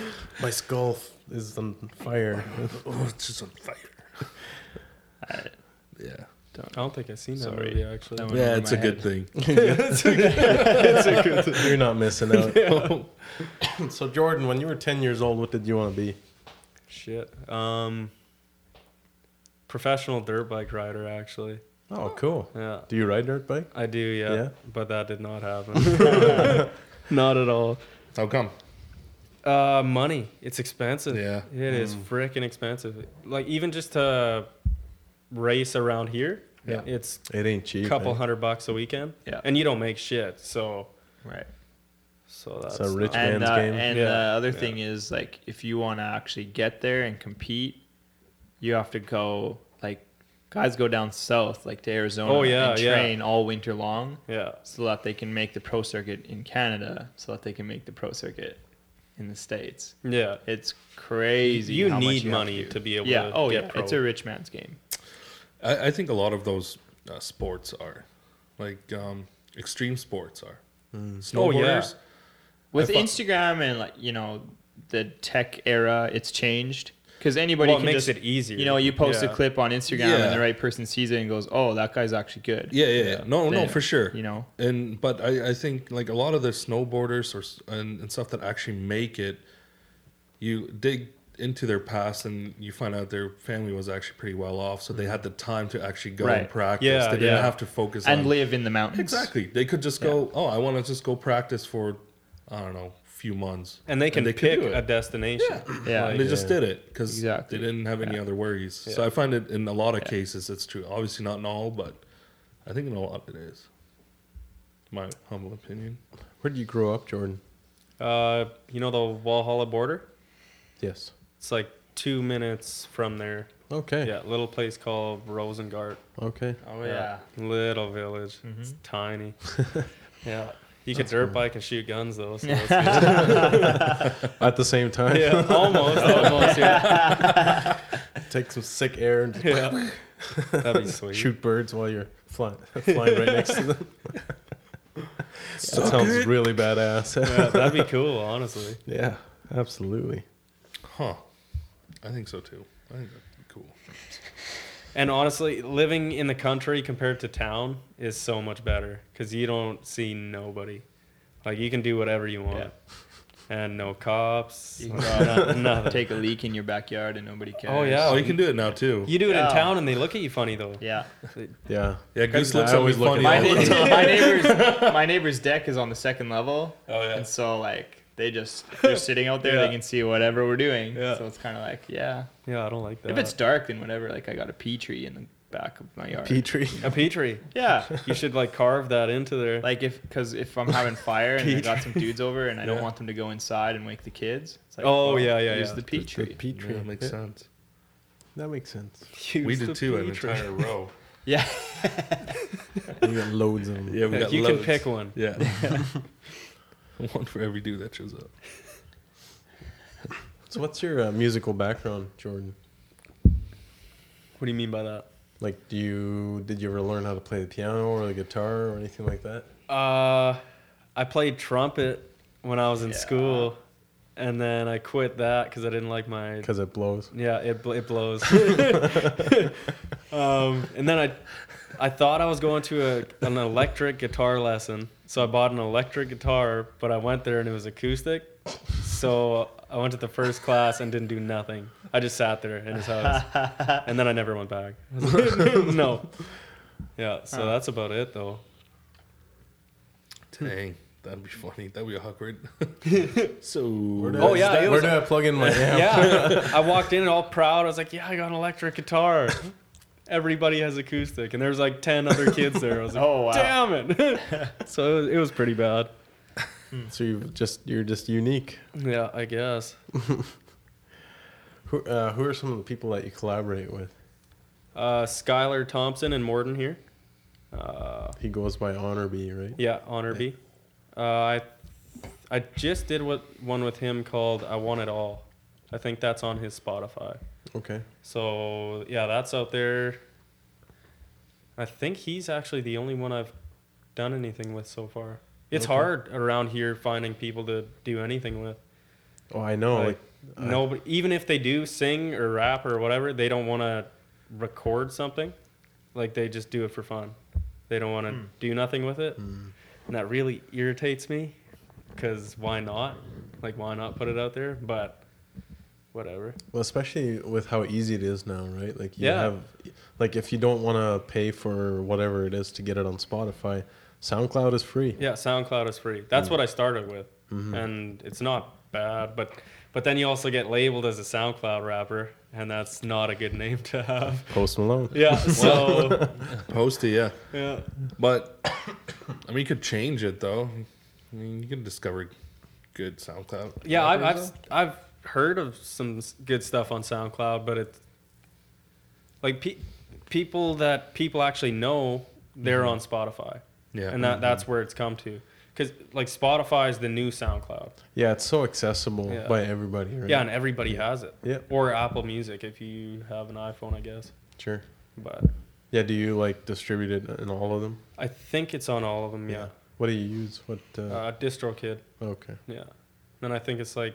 Speaker 1: [laughs] My skull is on fire. [laughs]
Speaker 3: oh, it's just on fire. [laughs] yeah.
Speaker 2: I don't think I've seen that
Speaker 4: Sorry.
Speaker 2: movie actually.
Speaker 4: That one
Speaker 3: Yeah,
Speaker 4: over
Speaker 3: it's
Speaker 4: my
Speaker 3: a good
Speaker 4: head.
Speaker 3: thing.
Speaker 1: You're not missing out. so Jordan, when you were 10 years old, what did you want to be?
Speaker 2: Shit. Um professional dirt bike rider actually.
Speaker 1: Oh, cool.
Speaker 2: Yeah.
Speaker 1: Do you ride dirt bike?
Speaker 2: I do, yeah.
Speaker 1: Yeah?
Speaker 2: But that did not happen. [laughs] not at all.
Speaker 3: How come?
Speaker 2: Uh, money. It's expensive.
Speaker 3: Yeah.
Speaker 2: It is frickin' expensive. Like even just to race around here,
Speaker 3: Yeah.
Speaker 2: it's
Speaker 1: It ain't
Speaker 2: a
Speaker 1: cheap.
Speaker 2: couple
Speaker 1: eh?
Speaker 2: hundred bucks a weekend.
Speaker 4: Yeah.
Speaker 2: And you don't make shit, so
Speaker 4: right
Speaker 2: so that's
Speaker 1: a rich-
Speaker 2: not-
Speaker 4: and
Speaker 1: man's
Speaker 4: uh,
Speaker 1: game.
Speaker 4: and
Speaker 2: Yeah,
Speaker 4: the other
Speaker 2: yeah.
Speaker 4: thing is like if you want to actually get there and compete you have to go like guys go down south like to Arizona
Speaker 2: Oh, yeah,
Speaker 4: and
Speaker 2: yeah.
Speaker 4: train all winter long
Speaker 2: yeah.
Speaker 4: so that they can make the pro circuit in Canada so that they can make the pro circuit in the states
Speaker 2: Yeah.
Speaker 4: It's crazy.
Speaker 2: You
Speaker 4: how much
Speaker 2: need
Speaker 4: have
Speaker 2: money
Speaker 4: do.
Speaker 2: to be able
Speaker 4: yeah.
Speaker 2: to
Speaker 4: oh,
Speaker 2: get
Speaker 4: yeah.
Speaker 2: pro.
Speaker 4: It's a rich man's game.
Speaker 3: I, I think a lot of those uh, sports are like um, extreme sports are Mm.
Speaker 2: Oh, yeah.
Speaker 3: snowboarders.
Speaker 4: With
Speaker 3: I thought-
Speaker 4: Instagram and like you know the tech era, it's changed because anybody
Speaker 2: Well, it
Speaker 4: can
Speaker 2: makes
Speaker 4: just
Speaker 2: it easier.
Speaker 4: You know, you post
Speaker 2: Yeah.
Speaker 4: a clip on Instagram
Speaker 3: Yeah.
Speaker 4: and the right person sees it and goes, "Oh, that guy's actually good."
Speaker 3: yeah. yeah, yeah. No, no,
Speaker 4: Then,
Speaker 3: for sure.
Speaker 4: You know,
Speaker 3: and but I, I think like a lot of the snowboarders or s- and, and stuff that actually make it you dig into their past and you find out their family was actually pretty well off so they had the time to actually go and
Speaker 4: Right.
Speaker 3: practice
Speaker 2: Yeah,
Speaker 3: they didn't
Speaker 2: yeah.
Speaker 3: have to focus
Speaker 4: and
Speaker 3: on
Speaker 4: live in the mountains.
Speaker 3: exactly they could just go oh i want to just go practice for i don't know a few months.
Speaker 2: and they can
Speaker 3: they can
Speaker 2: pick
Speaker 3: do it.
Speaker 2: a destination.
Speaker 4: Yeah.
Speaker 3: And
Speaker 2: Like,
Speaker 3: they just did it because
Speaker 4: Exactly.
Speaker 3: they didn't have any other worries. So I find it in a lot of cases it's true. Obviously not in all, but I think in a lot it is. My humble opinion.
Speaker 1: Where did you grow up, Jordan?
Speaker 2: uh, you know the Walhalla border?
Speaker 1: Yes.
Speaker 2: It's like two minutes from
Speaker 4: [laughs]
Speaker 2: there.
Speaker 1: Okay.
Speaker 2: Yeah, little place called Rosengart.
Speaker 1: Okay.
Speaker 4: Oh Mm-hmm.
Speaker 2: Little village. It's
Speaker 4: [laughs]
Speaker 2: tiny. yeah. You could
Speaker 1: That's
Speaker 2: dirt
Speaker 1: cool.
Speaker 2: bike and shoot guns though, so that's
Speaker 4: [laughs]
Speaker 2: good.
Speaker 1: At the same time,
Speaker 2: yeah, almost, [laughs] almost,
Speaker 4: [laughs]
Speaker 2: yeah.
Speaker 1: [laughs] take some sick air and
Speaker 2: yeah. That'd be
Speaker 1: [laughs]
Speaker 2: sweet.
Speaker 1: shoot birds while you're flying, flying right next to them. [laughs] that sounds really badass.
Speaker 2: Yeah, that'd be cool, honestly.
Speaker 1: [laughs] yeah, absolutely.
Speaker 3: Huh. I think so too. I think that'd be cool.
Speaker 2: And honestly, living in the country compared to town is so much better because you don't see nobody. Like you can do whatever you want,
Speaker 4: Yeah.
Speaker 2: and no cops.
Speaker 4: You can go out [laughs]
Speaker 2: no- [laughs] nothing.
Speaker 4: and take a leak in your backyard and nobody cares.
Speaker 2: Oh, yeah.
Speaker 3: Oh, you can do it now too.
Speaker 2: you do it
Speaker 4: Yeah.
Speaker 2: in town, and they look at you funny though. [laughs]
Speaker 4: Yeah.
Speaker 1: Yeah.
Speaker 3: Yeah, Goose
Speaker 1: I
Speaker 3: looks always
Speaker 1: always look
Speaker 3: funny.
Speaker 1: at
Speaker 4: My,
Speaker 3: all
Speaker 1: mine.
Speaker 3: the
Speaker 4: neigh- [laughs]
Speaker 3: time.
Speaker 4: my neighbor's my neighbor's deck is on the second level.
Speaker 2: Oh, yeah.
Speaker 4: And so like they just they're sitting out there,
Speaker 2: Yeah.
Speaker 4: they can see whatever we're doing.
Speaker 2: Yeah.
Speaker 4: So it's kinda like, yeah.
Speaker 2: Yeah, I don't like that.
Speaker 4: If it's dark then whatever, like I got a pea tree in the back of my yard.
Speaker 1: Petrie.
Speaker 2: a petri,
Speaker 4: [laughs] Yeah.
Speaker 2: you should like carve that into there.
Speaker 4: Like if because if I'm having fire and I got some dudes over and I don't
Speaker 3: Yeah.
Speaker 4: want them to go inside and wake the kids. It's like,
Speaker 2: Oh, yeah, yeah,
Speaker 4: Use
Speaker 2: yeah.
Speaker 4: the pea
Speaker 1: The
Speaker 4: [laughs] tree.
Speaker 1: Petrie.
Speaker 3: Yeah, makes sense.
Speaker 1: That makes sense.
Speaker 2: Use
Speaker 3: we
Speaker 2: the
Speaker 3: did too, an
Speaker 2: Petri.
Speaker 3: entire row.
Speaker 4: Yeah.
Speaker 1: We got loads of them.
Speaker 3: Yeah, we
Speaker 2: Yeah,
Speaker 3: got
Speaker 2: you
Speaker 3: loads.
Speaker 2: can pick one.
Speaker 3: Yeah. [laughs] one for every dude that shows up.
Speaker 1: So, what's your uh, musical background, Jordan?
Speaker 2: What do you mean by that?
Speaker 1: Like, do you did you ever learn how to play the piano or the guitar or anything like that?
Speaker 2: Uh, I played trumpet when I was in
Speaker 4: Yeah.
Speaker 2: school, and then I quit that because I didn't like my.
Speaker 1: Because it blows.
Speaker 2: Yeah, it bl- it blows. [laughs] um, and then I, I thought I was going to a, an electric guitar lesson, so I bought an electric guitar. But I went there and it was acoustic, so I went to the first class and didn't do nothing. I just sat there in his
Speaker 4: Oh,
Speaker 2: house,
Speaker 4: [laughs]
Speaker 2: and then I never went back. [laughs] no. Yeah, so
Speaker 4: Huh.
Speaker 2: that's about it though.
Speaker 3: Dang, that'd be funny. That'd be awkward. [laughs] so,
Speaker 2: Oh, yeah, it
Speaker 1: Where
Speaker 2: was
Speaker 1: do I plug
Speaker 2: [laughs]
Speaker 1: in my amp?
Speaker 2: Yeah, I walked in all proud. I was like, "Yeah, I got an electric guitar." Everybody has acoustic, and there's like ten other kids there. I was like,
Speaker 4: [laughs] Oh, wow.
Speaker 2: damn it!" [laughs] so it was, it was pretty bad.
Speaker 1: So you just you're just unique.
Speaker 2: Yeah, I guess.
Speaker 1: Who uh, who are some of the people that you collaborate with?
Speaker 2: Uh, Skylar Thompson and Morton here. Uh,
Speaker 1: He goes by Honor B, right?
Speaker 2: yeah, honor B. Uh, I I just did what one with him called "I Want It All." I think that's on his Spotify.
Speaker 1: Okay.
Speaker 2: So yeah, that's out there. I think he's actually the only one I've done anything with so far. It's
Speaker 1: Okay.
Speaker 2: hard around here finding people to do anything with.
Speaker 1: Oh, I know.
Speaker 2: Like,
Speaker 1: Like, I-
Speaker 2: Nobody, even if they do sing or rap or whatever, they don't want to record something. Like they just do it for fun. They don't want to do nothing with it, and that really irritates me. Cause why not? Like why not put it out there? But whatever.
Speaker 1: well, especially with how easy it is now, right? Like you
Speaker 2: Yeah.
Speaker 1: have, like if you don't want to pay for whatever it is to get it on Spotify, SoundCloud is free.
Speaker 2: Yeah, SoundCloud is free. That's what I started with, and it's not bad. But but then you also get labeled as a SoundCloud rapper, and that's not a good name
Speaker 1: [laughs]
Speaker 2: to have.
Speaker 1: Post Malone.
Speaker 2: Yeah. [laughs] So
Speaker 3: posty, yeah.
Speaker 2: yeah.
Speaker 3: But [coughs] I mean, you could change it though. I mean, you can discover good SoundCloud.
Speaker 2: Yeah, I've
Speaker 3: rappers,
Speaker 2: I've, I've heard of some s- good stuff on SoundCloud, but it's like pe- people that people actually know they're on
Speaker 1: Mm-hmm.
Speaker 2: Spotify,
Speaker 3: though. yeah,
Speaker 2: and that that's where it's come to. Because like Spotify is the new SoundCloud.
Speaker 1: [laughs] Yeah, it's so accessible
Speaker 2: Yeah.
Speaker 1: by everybody, right?
Speaker 2: Yeah, and everybody has it.
Speaker 1: Yeah.
Speaker 2: Or Apple Music if you have an iPhone, I guess.
Speaker 1: Sure.
Speaker 2: But
Speaker 1: Yeah. Do you like distribute it in all of them?
Speaker 2: I think it's on all of them. Yeah.
Speaker 1: What do you use? What? Uh,
Speaker 2: Uh, DistroKid.
Speaker 1: okay.
Speaker 2: Yeah. And I think it's like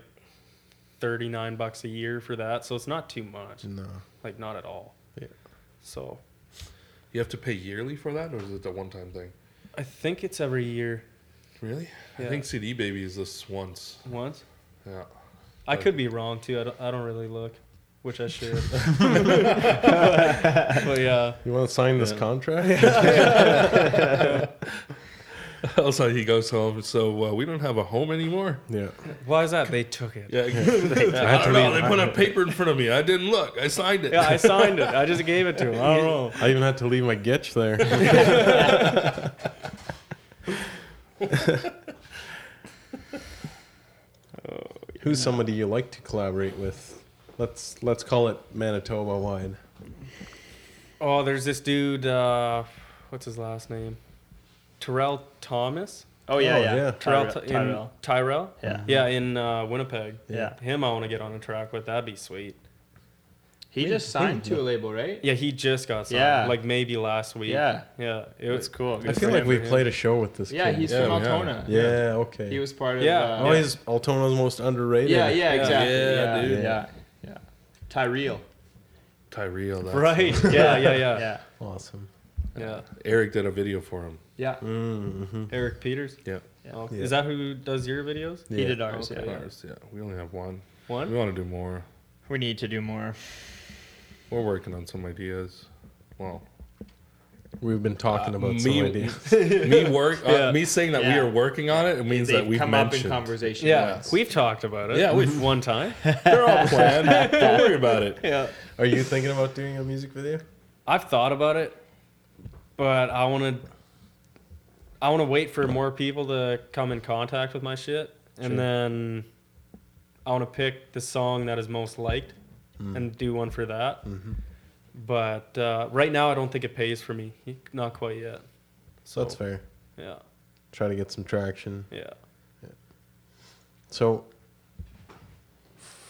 Speaker 2: thirty nine bucks a year for that, so it's not too much.
Speaker 1: No.
Speaker 2: Like not at all.
Speaker 1: Mm. Yeah.
Speaker 2: So
Speaker 3: you have to pay yearly for that, or is it a one-time thing?
Speaker 2: I think it's every year
Speaker 3: Really? I
Speaker 2: Yeah.
Speaker 3: think CD Baby is this once.
Speaker 2: once.
Speaker 3: Yeah. [laughs]
Speaker 2: I could be wrong too. I don't, I don't really look, which I
Speaker 4: [laughs]
Speaker 2: should. but yeah.
Speaker 1: You want to sign this
Speaker 3: Yeah.
Speaker 1: contract?
Speaker 3: Also, he goes home. So uh, we don't have a home anymore.
Speaker 1: [laughs] Yeah.
Speaker 2: Why is that? They took it. [laughs]
Speaker 3: [laughs] Yeah, I,
Speaker 1: had to
Speaker 3: don't know.
Speaker 1: leave-
Speaker 3: They put a paper in front of me. I didn't look. I signed it.
Speaker 2: Yeah,
Speaker 3: [laughs]
Speaker 2: I signed it. I just gave it to him. I don't know.
Speaker 1: I even had to leave my getch
Speaker 4: [laughs]
Speaker 1: there. [laughs] Who's somebody you like to collaborate with? Let's let's call it Manitoba wide.
Speaker 2: [laughs] Oh, there's this dude. Uh, what's his last name? Terrell Thomas.
Speaker 4: Oh yeah,
Speaker 1: Oh,
Speaker 4: yeah.
Speaker 1: yeah.
Speaker 2: Terrell.
Speaker 4: Tyrell.
Speaker 2: T- In Tyrell.
Speaker 4: Yeah.
Speaker 2: Yeah, in uh, Winnipeg.
Speaker 4: Yeah.
Speaker 2: Him, I want to get on a track with. That'd be sweet.
Speaker 4: He just signed to a label, right?
Speaker 2: Yeah, he just got signed.
Speaker 4: Yeah.
Speaker 2: Like maybe last week.
Speaker 4: Yeah.
Speaker 2: Yeah. It was.
Speaker 4: It's cool.
Speaker 1: I
Speaker 4: Good
Speaker 1: feel
Speaker 4: for
Speaker 1: like
Speaker 4: him.
Speaker 1: we
Speaker 2: him.
Speaker 1: played a show with this.
Speaker 4: Yeah,
Speaker 1: kid.
Speaker 4: he's
Speaker 3: Yeah,
Speaker 4: from
Speaker 3: we
Speaker 4: Altona.
Speaker 1: yeah. Okay.
Speaker 4: He was part of.
Speaker 2: Yeah.
Speaker 4: Uh,
Speaker 1: oh, he's Altona's most underrated.
Speaker 4: yeah,
Speaker 2: Yeah.
Speaker 4: yeah, exactly.
Speaker 3: Yeah,
Speaker 4: Yeah,
Speaker 3: dude.
Speaker 4: Yeah, yeah. Tyrell.
Speaker 3: Tyrell.
Speaker 2: [laughs]
Speaker 3: that's-
Speaker 2: Right. Yeah. Yeah. Yeah.
Speaker 4: [laughs] Yeah,
Speaker 1: Awesome.
Speaker 2: Yeah.
Speaker 3: Eric did a video for him.
Speaker 4: yeah.
Speaker 1: Mm-hmm.
Speaker 2: Eric Peters.
Speaker 3: Yeah.
Speaker 2: Oh,
Speaker 1: Yeah.
Speaker 2: Is that who does your videos?
Speaker 4: He did ours.
Speaker 2: Okay.
Speaker 4: Yeah.
Speaker 3: Ours, yeah. We only have one. We
Speaker 2: One.
Speaker 3: want to do more.
Speaker 4: We need to do more.
Speaker 3: We're working on some ideas. Well,
Speaker 1: We've been talking
Speaker 4: Uh,
Speaker 1: about
Speaker 3: me-
Speaker 1: some ideas. [laughs]
Speaker 3: me work. uh,
Speaker 2: Yeah.
Speaker 3: me saying that we
Speaker 4: Yeah.
Speaker 3: are working on it. It means that
Speaker 4: They've
Speaker 3: we've
Speaker 4: come up in
Speaker 3: mentioned.
Speaker 4: conversation.
Speaker 2: Yeah.
Speaker 4: once.
Speaker 2: We've talked about it.
Speaker 3: Yeah,
Speaker 2: [laughs]
Speaker 3: we've-
Speaker 2: One
Speaker 1: [laughs]
Speaker 2: time. [laughs]
Speaker 3: They're all planned. Don't worry about it.
Speaker 4: yeah.
Speaker 1: Are you thinking about doing a music video?
Speaker 2: I've thought about it, but I want to. I want to wait for more people to come in contact with my shit, and
Speaker 1: Sure.
Speaker 2: then I want to pick the song that is most liked
Speaker 1: Mm.
Speaker 2: and do one for that.
Speaker 1: Mm-hmm.
Speaker 2: But uh, right now, I don't think it pays for me. Not quite yet.
Speaker 1: So
Speaker 4: Oh.
Speaker 1: that's fair.
Speaker 2: Yeah,
Speaker 1: Try to get some traction.
Speaker 2: yeah.
Speaker 1: So,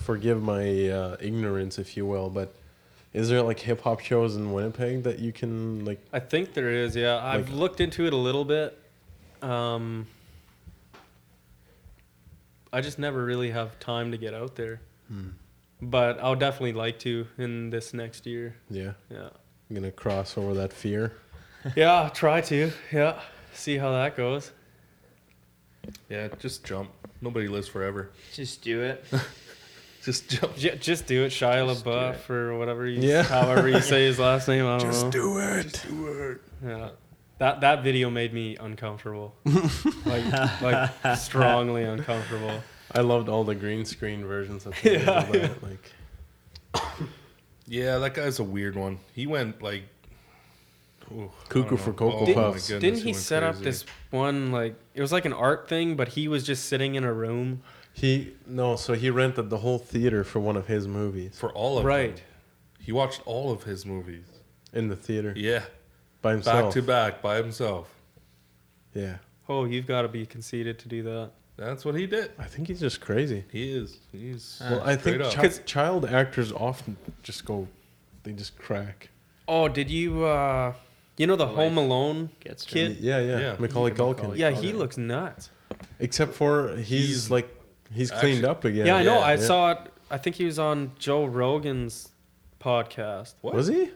Speaker 1: forgive my uh, ignorance, if you will, but is there like hip hop shows in Winnipeg that you can like?
Speaker 2: I think there is. Yeah, I've
Speaker 1: Like-
Speaker 2: looked into it a little bit. Um, I just never really have time to get out there, but I'll definitely like to in this next year.
Speaker 1: Yeah,
Speaker 2: Yeah,
Speaker 1: I'm gonna cross over that fear.
Speaker 2: yeah. I'll Try to. Yeah. See how that goes.
Speaker 3: Yeah, just jump. Nobody lives forever.
Speaker 4: Just do [laughs] it.
Speaker 3: Just jump.
Speaker 2: J- just do it, Shia
Speaker 4: Just do
Speaker 2: LaBeouf, or whatever you,
Speaker 1: Yeah.
Speaker 2: however you say his last name. I don't know.
Speaker 1: do it.
Speaker 2: Yeah. That that video made me uncomfortable, like like strongly uncomfortable.
Speaker 1: I loved all the green screen versions of yeah,
Speaker 2: Yeah,
Speaker 1: that. Like,
Speaker 3: Yeah, that guy's a weird one. He went like ooh, I
Speaker 1: Cuckoo
Speaker 3: don't
Speaker 1: for
Speaker 3: know. Oh
Speaker 1: Cocoa
Speaker 3: my
Speaker 1: Puffs.
Speaker 3: goodness,
Speaker 2: Didn't he
Speaker 3: went
Speaker 2: set up
Speaker 3: crazy.
Speaker 2: this one like it was like an art thing, but he was just sitting in a room.
Speaker 1: he no, so he rented the whole theater for one of his movies
Speaker 3: for all of
Speaker 2: Right.
Speaker 3: them. He watched all of his movies.
Speaker 1: in the theater
Speaker 3: Yeah,
Speaker 1: by
Speaker 3: back
Speaker 1: himself.
Speaker 3: to back by himself.
Speaker 1: yeah,
Speaker 2: Oh, you've got to be conceited to do that.
Speaker 3: That's what he did.
Speaker 1: I think he's just crazy.
Speaker 3: He is. He's.
Speaker 2: Uh,
Speaker 1: well, I
Speaker 3: Ah, straight
Speaker 1: think
Speaker 3: up.
Speaker 1: chi- child actors often just go, they just crack.
Speaker 2: Oh, did you uh you know the
Speaker 4: Life
Speaker 2: Home Alone?
Speaker 4: Gets
Speaker 2: Kid.
Speaker 4: to
Speaker 1: Yeah, yeah,
Speaker 3: Yeah.
Speaker 1: Macaulay Culkin.
Speaker 2: yeah, he looks nuts.
Speaker 1: Except for he's,
Speaker 3: He's-
Speaker 1: like he's
Speaker 3: actually-
Speaker 1: cleaned up again.
Speaker 2: Yeah, I know.
Speaker 3: yeah,
Speaker 2: I
Speaker 1: yeah.
Speaker 2: saw it. I think he was on Joe Rogan's podcast.
Speaker 3: What?
Speaker 1: Was he?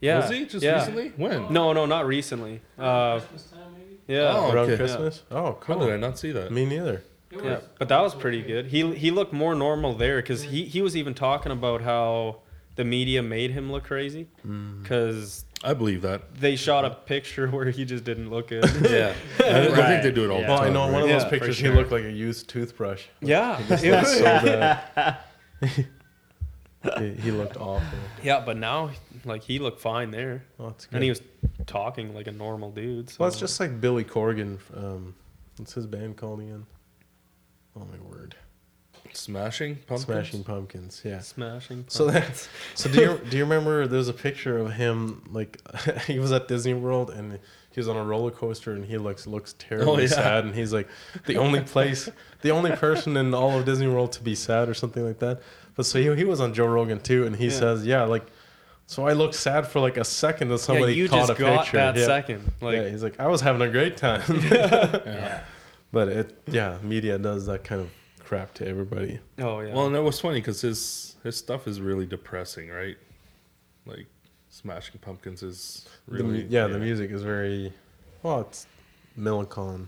Speaker 2: Yeah.
Speaker 3: Was he just
Speaker 2: yeah.
Speaker 3: recently? When?
Speaker 2: No, no, not recently. Uh, yeah.
Speaker 3: Oh,
Speaker 1: Around
Speaker 3: okay.
Speaker 1: Christmas? Oh,
Speaker 3: How
Speaker 1: cool.
Speaker 3: did I not see that?
Speaker 1: Me neither.
Speaker 3: Oh,
Speaker 2: yeah, but that was pretty good. He he looked more normal there because he he was even talking about how the media made him look crazy
Speaker 3: Mm.
Speaker 2: because
Speaker 3: I believe
Speaker 2: [laughs]
Speaker 3: that.
Speaker 2: they shot a picture where he just didn't
Speaker 1: [laughs]
Speaker 2: look good.
Speaker 3: Yeah, I, I think
Speaker 4: Right.
Speaker 3: they do it all
Speaker 4: Yeah.
Speaker 3: the
Speaker 1: Well,
Speaker 3: time.
Speaker 1: I know one of
Speaker 3: right?
Speaker 1: those
Speaker 2: Yeah, for
Speaker 1: pictures
Speaker 2: sure.
Speaker 1: he looked like a used toothbrush.
Speaker 2: yeah, it
Speaker 1: That's
Speaker 2: was-
Speaker 1: so bad. [laughs] he, he looked awful.
Speaker 2: [laughs] yeah, but now like he looked fine there,
Speaker 1: Oh, it's good.
Speaker 2: and he was talking like a normal dude. So.
Speaker 1: well, it's just like Billy Corgan. Um, what's his band called again? Oh my word!
Speaker 3: Smashing pumpkins.
Speaker 1: Smashing Pumpkins. Yeah.
Speaker 2: smashing.
Speaker 1: So
Speaker 2: pump.
Speaker 1: that's so. Do you do you remember? There's a picture of him like [laughs] he was at Disney World and he was on a roller coaster and he looks looks terribly
Speaker 2: Oh,
Speaker 3: yeah.
Speaker 1: sad and he's like the only place, the only person in all of Disney World to be sad or something like that. But so he, he was on Joe Rogan too and he
Speaker 2: Yeah.
Speaker 1: says, yeah, like so I looked sad for like a second that somebody
Speaker 2: yeah, you
Speaker 1: caught
Speaker 2: just
Speaker 1: a
Speaker 2: got
Speaker 1: picture.
Speaker 2: that
Speaker 1: yeah.
Speaker 2: second. Like
Speaker 1: yeah, he's like I was having a great
Speaker 2: [laughs]
Speaker 1: time.
Speaker 4: Yeah.
Speaker 1: [laughs] but it yeah, media does that kind of crap to everybody.
Speaker 2: oh yeah.
Speaker 3: Well, and it was funny because his his stuff is really depressing, right? Like Smashing Pumpkins is
Speaker 1: The mu-
Speaker 3: really
Speaker 1: yeah, the music is very well, it's melancholy.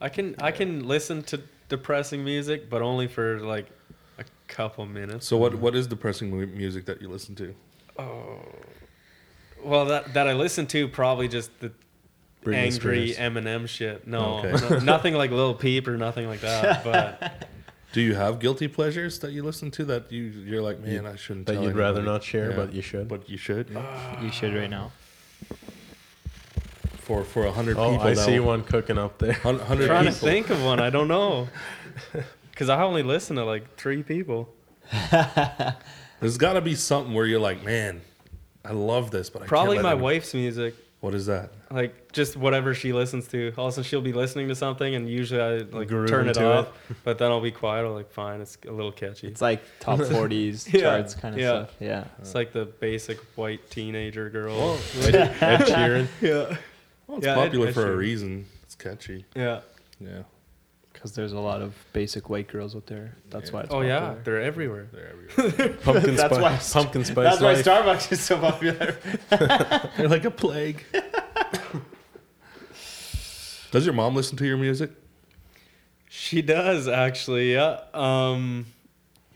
Speaker 2: I can I can listen to depressing music, but only for like a couple minutes.
Speaker 3: So what what is depressing mu- music that you listen to?
Speaker 2: Oh. Well, that that I listen to probably just the
Speaker 1: Britney
Speaker 2: angry
Speaker 1: Spears.
Speaker 2: Eminem shit. No,
Speaker 3: Okay.
Speaker 1: [laughs]
Speaker 2: no- nothing like Lil Peep or nothing like that. But
Speaker 3: Do you have guilty pleasures that you listen to that you you're like, man, I shouldn't.
Speaker 1: that
Speaker 3: tell
Speaker 1: you'd rather
Speaker 3: anybody."
Speaker 1: not share,
Speaker 3: Yeah.
Speaker 1: but you should.
Speaker 3: But you should. yeah.
Speaker 4: You should right [laughs] now.
Speaker 3: For for a hundred
Speaker 1: oh,
Speaker 3: people.
Speaker 1: I see one cooking up there.
Speaker 3: Hundred
Speaker 2: trying to
Speaker 3: people.
Speaker 2: think of one, I don't know, because I only listen to like three people.
Speaker 3: There's got to be something where you're like, man, I love this, but I
Speaker 2: Probably
Speaker 3: can't
Speaker 2: my
Speaker 3: let them-"
Speaker 2: wife's music.
Speaker 3: What is that?
Speaker 2: like just whatever she listens to. Also, she'll be listening to something, and usually I like
Speaker 1: Groove
Speaker 2: turn it
Speaker 1: into
Speaker 2: off, but then I'll be quiet. I'll like, fine, it's a little catchy.
Speaker 5: It's like
Speaker 4: [laughs]
Speaker 5: top 40s
Speaker 2: Yeah,
Speaker 5: charts kind of
Speaker 2: yeah.
Speaker 5: stuff. Yeah.
Speaker 2: It's like the basic white teenager girl.
Speaker 1: Ed Sheeran.
Speaker 2: [laughs] yeah,
Speaker 3: Well, it's
Speaker 2: Yeah, Ed-
Speaker 3: popular
Speaker 2: Ed
Speaker 3: for a
Speaker 2: Sheeran.
Speaker 3: reason. It's catchy.
Speaker 2: yeah.
Speaker 3: Yeah,
Speaker 5: Because there's a lot of basic white girls out there. That's why it's
Speaker 2: Oh yeah,
Speaker 5: popular.
Speaker 2: they're everywhere.
Speaker 3: they're
Speaker 1: [laughs]
Speaker 3: everywhere.
Speaker 1: Pumpkin
Speaker 4: [laughs] That's why
Speaker 1: spice. [laughs]
Speaker 4: it's-
Speaker 1: Pumpkin spice.
Speaker 4: That's why
Speaker 1: life.
Speaker 4: Starbucks is so popular.
Speaker 3: they're like a plague. Does your mom listen to your music?
Speaker 2: She does actually. Yeah. Um,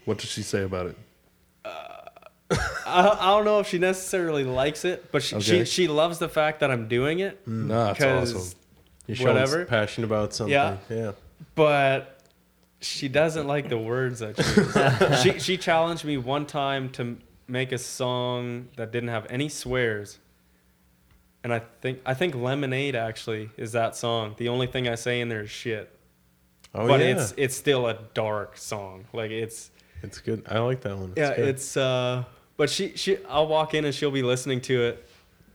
Speaker 3: What does she say about it?
Speaker 2: I, I don't know if she necessarily likes it, but she
Speaker 3: Okay.
Speaker 2: she, she loves the fact that I'm doing it.
Speaker 1: Mm.
Speaker 3: Nah, that's awesome.
Speaker 1: You're showing
Speaker 2: whatever.
Speaker 1: passion about something.
Speaker 2: Yeah.
Speaker 1: yeah.
Speaker 2: but she doesn't like the words I
Speaker 1: [laughs]
Speaker 2: choose. she she challenged me one time to m- make a song that didn't have any swears. And I think I think Lemonade actually is that song. The only thing I say in there is shit.
Speaker 1: Oh
Speaker 2: but
Speaker 1: yeah.
Speaker 2: it's
Speaker 1: It's,
Speaker 2: it's still a dark song. Like it's
Speaker 1: good. I like that one. It's
Speaker 2: yeah,
Speaker 1: good.
Speaker 2: it's uh but she she I'll walk in and she'll be listening to it.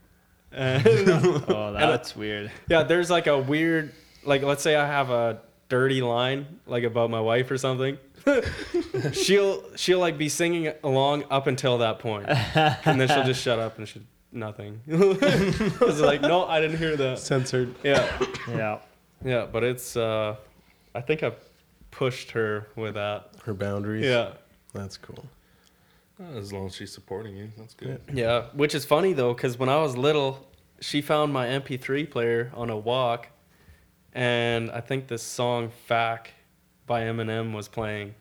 Speaker 1: [laughs]
Speaker 2: [laughs] And-
Speaker 4: oh, that's [laughs] weird.
Speaker 2: yeah, there's like a weird, like let's say I have a dirty line, like about my wife or something. she'll she'll like be singing along up until that point, and then she'll just shut up and she nothing. [laughs] it's like no, I didn't hear that.
Speaker 1: censored.
Speaker 2: Yeah,
Speaker 4: Yeah.
Speaker 2: yeah, but it's uh, I think I pushed her with that.
Speaker 1: Her boundaries.
Speaker 2: Yeah.
Speaker 1: That's cool.
Speaker 3: As long as she's supporting you, that's good.
Speaker 2: Yeah, which is funny though, because when I was little, she found my MP3 player on a walk, and I think this song "Fack" by Eminem was playing,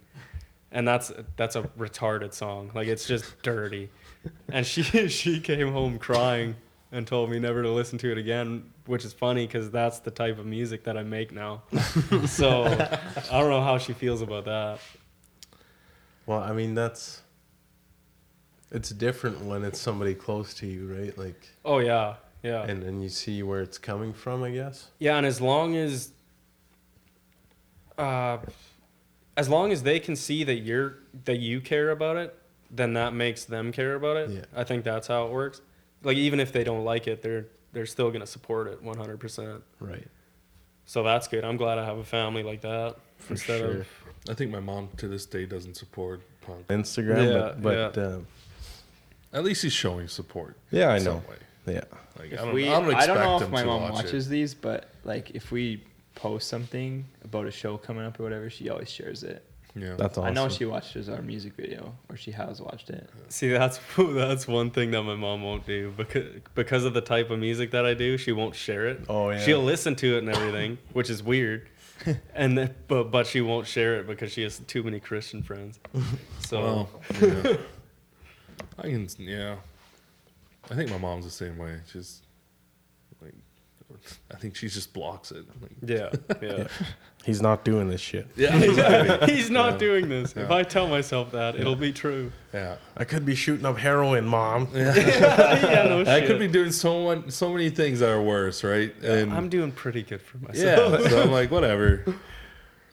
Speaker 2: and that's that's a retarded song. Like it's just dirty, and she [laughs] she came home crying and told me never to listen to it again. Which is funny because that's the type of music that I make now. [laughs] so I don't know how she feels about that.
Speaker 1: Well, I mean that's it's different when it's somebody close to you, right? Like
Speaker 2: Oh yeah, yeah.
Speaker 1: and then you see where it's coming from, I guess.
Speaker 2: Yeah, and as long as, uh, as long as they can see that you're that you care about it, then that makes them care about it.
Speaker 1: Yeah.
Speaker 2: I think that's how it works. Like even if they don't like it, they're they're still gonna support it 100. percent
Speaker 1: Right.
Speaker 2: So that's good. I'm glad I have a family like that.
Speaker 1: For sure.
Speaker 3: I think my mom to this day doesn't support punk.
Speaker 1: Instagram,
Speaker 2: Yeah,
Speaker 1: but but yeah, uh,
Speaker 3: At least he's showing support.
Speaker 1: yeah I
Speaker 3: in
Speaker 1: know.
Speaker 3: some way.
Speaker 1: Yeah.
Speaker 3: Like, I
Speaker 5: If
Speaker 3: don't,
Speaker 5: we,
Speaker 3: I don't expect
Speaker 5: know if
Speaker 3: him
Speaker 5: my
Speaker 3: to
Speaker 5: mom
Speaker 3: watch it.
Speaker 5: watches these, but like if we post something about a show coming up or whatever, she always shares it.
Speaker 3: Yeah.
Speaker 1: That's awesome.
Speaker 5: I know she watches our music video or she has watched it.
Speaker 2: [laughs] See, that's [laughs] that's one thing that my mom won't do because because of the type of music that I do, she won't share it.
Speaker 1: Oh, yeah.
Speaker 2: She'll listen to it and everything, which is weird. And then, but but she won't share it because she has too many Christian friends. So
Speaker 3: Well, yeah. I can, yeah. I think my mom's the same way. She's like, I think she just blocks it. Like, [laughs]
Speaker 2: yeah, yeah. [laughs]
Speaker 1: He's not doing this shit.
Speaker 3: yeah,
Speaker 1: [laughs]
Speaker 3: exactly.
Speaker 2: He's not
Speaker 3: Yeah.
Speaker 2: doing this. If
Speaker 3: Yeah.
Speaker 2: I tell myself that, it'll be true. [laughs]
Speaker 3: yeah.
Speaker 1: I could be shooting up heroin, mom.
Speaker 2: yeah, no shit.
Speaker 3: I could be doing so one, so many things that are worse, right? And
Speaker 2: I'm doing pretty good for myself.
Speaker 3: yeah, so I'm like, whatever.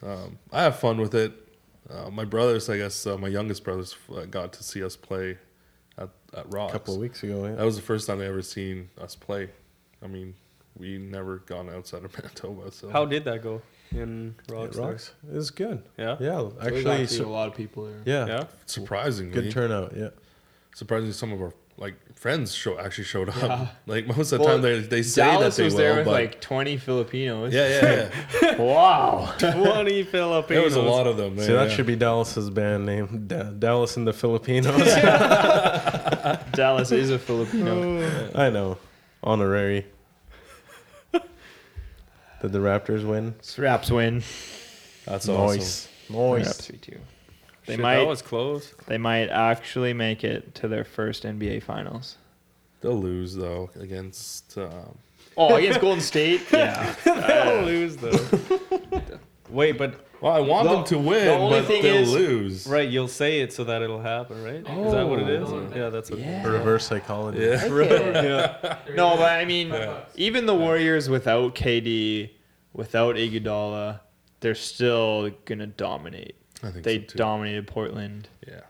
Speaker 3: Um, I have fun with it. Uh, my brothers, I guess, uh, my youngest brothers uh, got to see us play at, at
Speaker 1: A
Speaker 3: Rocks.
Speaker 1: couple of weeks ago, yeah.
Speaker 3: That was the first time they ever seen us play. I mean, we never gone outside of [laughs] Manitoba,
Speaker 2: [laughs]
Speaker 3: so
Speaker 2: How did that go in rocks?
Speaker 1: It rocks. It was good.
Speaker 2: Yeah?
Speaker 1: Yeah.
Speaker 5: We got to
Speaker 1: Actually,
Speaker 5: a
Speaker 1: so-
Speaker 5: lot of people there.
Speaker 1: yeah.
Speaker 2: there? [laughs] Yeah.
Speaker 3: surprisingly,
Speaker 1: Good turnout. Yeah.
Speaker 3: surprisingly, some of our like friends show actually showed up.
Speaker 5: Yeah.
Speaker 3: Like most of the
Speaker 5: Well,
Speaker 3: time, they they say
Speaker 5: Dallas
Speaker 3: that they
Speaker 5: was
Speaker 3: will,
Speaker 5: there with
Speaker 3: but
Speaker 5: like 20 Filipinos.
Speaker 3: yeah, yeah,
Speaker 5: [laughs]
Speaker 3: yeah.
Speaker 5: Wow.
Speaker 2: Twenty Filipinos.
Speaker 3: there was a lot of them.
Speaker 1: So
Speaker 3: yeah,
Speaker 1: that
Speaker 3: yeah.
Speaker 1: should be Dallas's band [laughs] name, da- Dallas and the Filipinos. [laughs]
Speaker 5: Dallas is a Filipino.
Speaker 1: [laughs] I know, honorary. Did the Raptors win?
Speaker 5: Raps win.
Speaker 3: that's awesome.
Speaker 1: Nice, nice.
Speaker 5: Raps we too. They
Speaker 2: Shit,
Speaker 5: might
Speaker 2: That was close.
Speaker 5: they might actually make it to their first NBA finals.
Speaker 3: They'll lose though against um,
Speaker 4: Oh, against
Speaker 5: [laughs]
Speaker 4: Golden State.
Speaker 3: Yeah.
Speaker 2: They'll lose though. Wait, but
Speaker 3: Well, I want
Speaker 2: The-
Speaker 3: them to win,
Speaker 2: the only
Speaker 3: but
Speaker 2: thing
Speaker 3: they'll
Speaker 2: is-
Speaker 3: lose.
Speaker 2: right, you'll say it so that it'll happen, right? is that what it is? Yeah, that's what.
Speaker 1: Or reverse psychology.
Speaker 3: Yeah.
Speaker 2: [laughs]
Speaker 4: No, but I mean, even the Warriors without KD, without Iguodala, they're still gonna dominate.
Speaker 3: I think
Speaker 4: They
Speaker 3: so too.
Speaker 4: dominated Portland.
Speaker 3: Yeah.